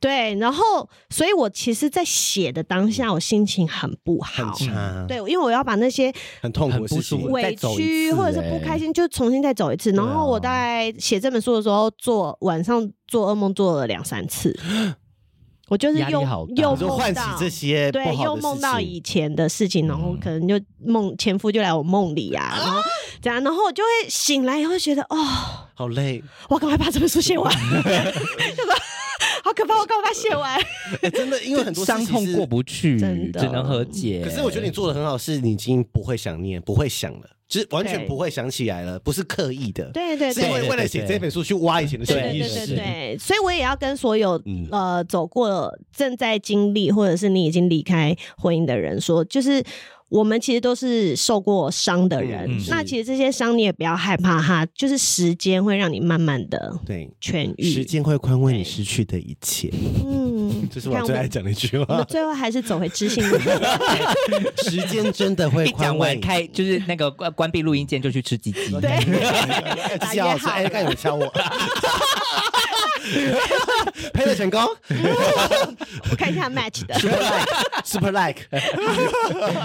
D: 对，然后所以我其实，在写的当下，我心情很不
B: 嗯很
D: 好。
B: 差，
D: 对，因为我要把那些
B: 很痛苦的事
C: 很
B: 情
C: 不舒服。
D: 委
C: 再走一次
D: 屈
C: 哎啊
D: 或者是不开心，就重新再走一次。然后我大概写这本书的时候，做晚上做噩梦做了两三次，我就是
C: 压力
D: 又
C: 好大
D: 又
B: 我就
D: 梦
B: 唤起
D: 到
B: 这些不
D: 对，
B: 好
D: 又
B: 的
D: 梦到
B: 事
D: 以
B: 情，
D: 前的事情，然后
C: 嗯
D: 可能就梦前夫就来我梦里啊，然后这样，然后我就会醒来，然后觉得哦，
B: 好累。
D: 我赶快把这本书写完， 就说好可怕，我赶快把它写完。
B: 哎真 的，因为很多事情
C: 伤
B: 是
C: 痛过。不去，
D: 真的
C: 只能和解。
B: 可是我觉得你做的很好，是你已经不会想念，不会想了，就是完全
D: 对
B: 不会想起来了，不是刻意的，
D: 对对
B: 是因
D: 对。
B: 为为了写
C: 对对
B: 这本书去挖以前的
D: 对
B: 潜
D: 对
B: 意
D: 对对
B: 识。
D: 对，所以我也要跟所有、
B: 嗯
D: 呃走过、正在经历，或者是你已经离开婚姻的人说，就是我们其实都是受过伤的人。
C: 嗯嗯
D: 那
B: 是
D: 其实这些伤你也不要害怕哈，就是时间会让你慢慢的
B: 对，
D: 痊
B: 时
D: 愈。
B: 间会宽慰你失去的一切，
D: 嗯，
B: 这是
D: 你
B: 我
D: 看
B: 最
D: 我
B: 爱
D: 们
B: 讲的一句
D: 我们
B: 话。
D: 最后还是走回知 性路。
B: 时间真的会
C: 一
B: 宽
C: 讲
B: 慰
C: 完
B: 你。
C: 开就是那个关关闭录音键就去吃鸡鸡，
D: 对，
B: 哎
D: 打
B: 自
D: 约
B: 己好吃，
D: 好
B: 哎，
D: 了
B: 干什么敲 我？配对成功
D: 我看一下 match 的。
B: ，super like，super like。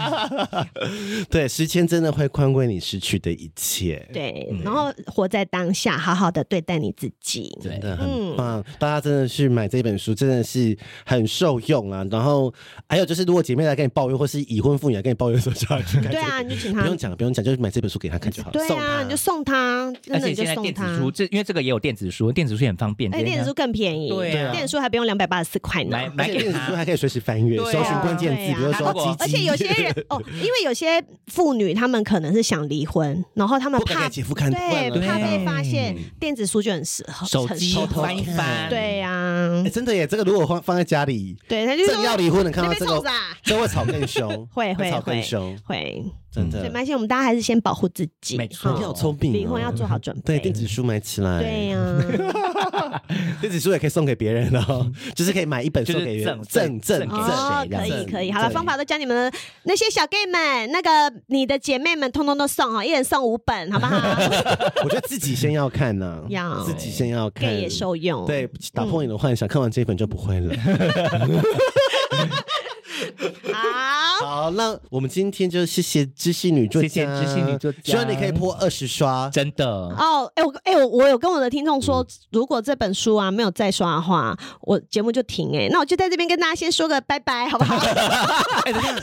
B: 对，时间真的会宽慰你失去的一切，
D: 对，然后活在当下，好好的对待嗯你自己。
C: 对
B: 真的很棒。大家真的是买这本书，真的是很受用啊。然后还有就是，如果姐妹来跟你抱怨，或是已婚妇女来跟你抱怨的时候，就要去看这
D: 对
B: 本
D: 啊，你就请
B: 不
D: 他
B: 用。讲了，不用讲，就是买这本书给她看就好了。
D: 对
B: 送
D: 啊，
B: 她
D: 你就送他，
C: 而
D: 真的
C: 且
D: 你就
C: 现在
D: 送
C: 电
D: 他
C: 子。书，这因为这个也有电子书，电子书也很方便。
D: 而且电哎子书更便宜，
C: 对啊
D: 电子书还不用两百八十四块呢。
C: 买
B: 而
C: 买
B: 且
C: 给
B: 电子书
C: 他，
B: 还可以随时翻阅，
C: 对啊
B: 搜寻关键
D: 对
B: 字，
D: 啊
B: 比如
C: 如果
B: 说
D: 而
B: 鸡
D: 且
B: 鸡。
D: 有些人哦，因为有些妇女她们可能是想离婚，然后她们
B: 不敢
D: 怕
B: 给姐夫看啊惯了
D: 对怕被
C: 对
D: 发现，电子书就很适合，
C: 手
D: 很
C: 机
D: 适合
C: 翻一翻，
D: 对呀、
B: 哎，真的耶！这个如果放放在家里，
D: 对，他就
B: 正
D: 说
B: 要离婚的看
D: 那
B: 到
D: 边
B: 这
D: 冲
B: 个，
D: 啥？
B: 就会吵更凶
D: ，会会嗯
B: 吵更
D: 会
B: 凶。
D: 会，
B: 真
D: 所以
B: 的。
D: 麦心，我们大家还是先保护自己，
C: 没错
D: 好
B: 你好聪明、哦，
D: 离婚要做好准备。
B: 对，电子书买起来。
D: 对啊呀、
B: 电子书也可以送给别人哦，
D: 嗯
B: 就是可以买一本
C: 就
B: 送
C: 是
B: 给别人，赠
C: 赠赠给
B: 赠
D: 哦，
C: 谁这
D: 可
C: 样
D: 以
B: 子
D: 可以，好了，
B: 对
D: 方法都教你们了那些小 gay 们，那个你的姐妹们，通通都送哈，一人送五本，好不好
B: 我觉得自己先要看呢、
D: 要
B: 自己先要看，
D: ？gay 也受用。
B: 对，打破你的幻想，看完这一本就不会了。
D: 嗯好，
B: 好，那我们今天就谢谢知性女作家，
C: 谢谢知性女作家
B: 希望你可以破二十 刷。
C: 真的。
D: 哦，哎、我哎、我我有跟我的听众说，如果这本书啊没有再刷的话，我节目就停哎、那我就在这边跟大家先说个拜拜，好不好？哎、
B: 哎，等一下，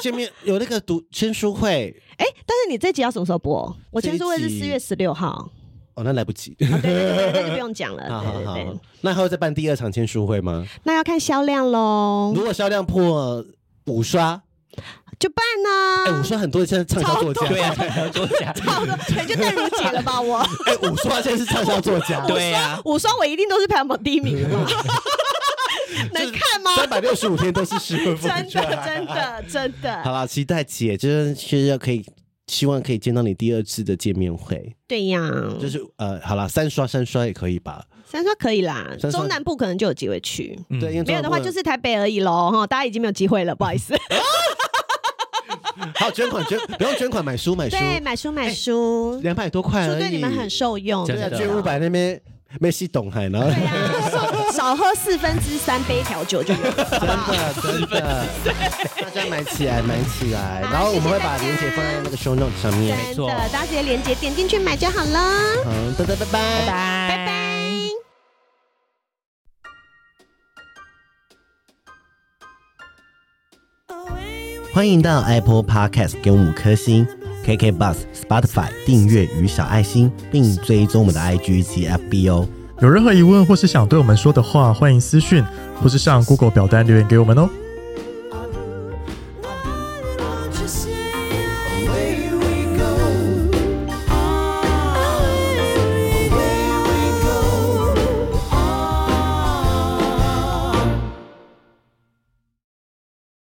B: 见面有那个读签书会，
D: 但是你这集要什么时候播？我签书会
B: 这
D: 是
B: 一集
D: 四月十六号、
B: 哦，那来不及。
D: 哦，对对对，对那就不用讲了。
B: 好
D: 对
B: 好
D: 对对
B: 好，，那还会再办第二场签书会吗？
D: 那要看销量喽
B: 如，果销量破五刷，
D: 就办
B: 哎，
D: 呢、
B: 五刷很多现在畅销作家，
C: 对啊，很多作家，
D: 差不多，可能就邓如姐了吧？我
B: 哎，五刷现在是畅销作 家，
C: 对啊，
D: 我说我一定都是排行榜第一名的 吧？能看吗？
B: 三百六十五天都是失婚妇
D: 真
B: 女。
D: 的，真的，真
B: 好
D: 的，
B: 啦，期待姐，就是是要可以，希望可以见到你第二次的见面会，
D: 对呀，
B: 就是呃，好啦，三刷三刷也可以吧？
D: 三刷可以啦，
B: 三刷
D: 中南部可能就有机会去。
C: 嗯
B: 对，因为
D: 没有的话
B: 中
D: 就
B: 国
D: 是台北而已喽，哈，大家已经没有机会了，不好 意思。
B: 还有捐款 捐，不用捐款买书买书，
D: 对，买书买书，
B: 两百多块
D: 书
B: 而已，
D: 对你们很受用，
C: 真
B: 对啊，
C: 的
B: 捐五百那边没系懂海，然后
D: 对啊，少少喝四分之三杯调酒就有了。
B: 真的真的， 大家买起来买起来，
D: 啊好
B: 然后我们会把
D: 谢谢大家
B: 链接放在那个 show note 上面。
D: 真
C: 错
D: 的，大家直接连接点进去买就好了。
B: 好，大家拜拜。
D: 拜拜。
B: 欢迎到 Apple Podcast 给我们五颗星，KK Bus、Spotify 订阅与小爱心，并追踪我们的 IG 及 FB 哦。
A: 有任何疑问或是想对我们说的话，欢迎私讯或是上 Google 表单留言给我们哦。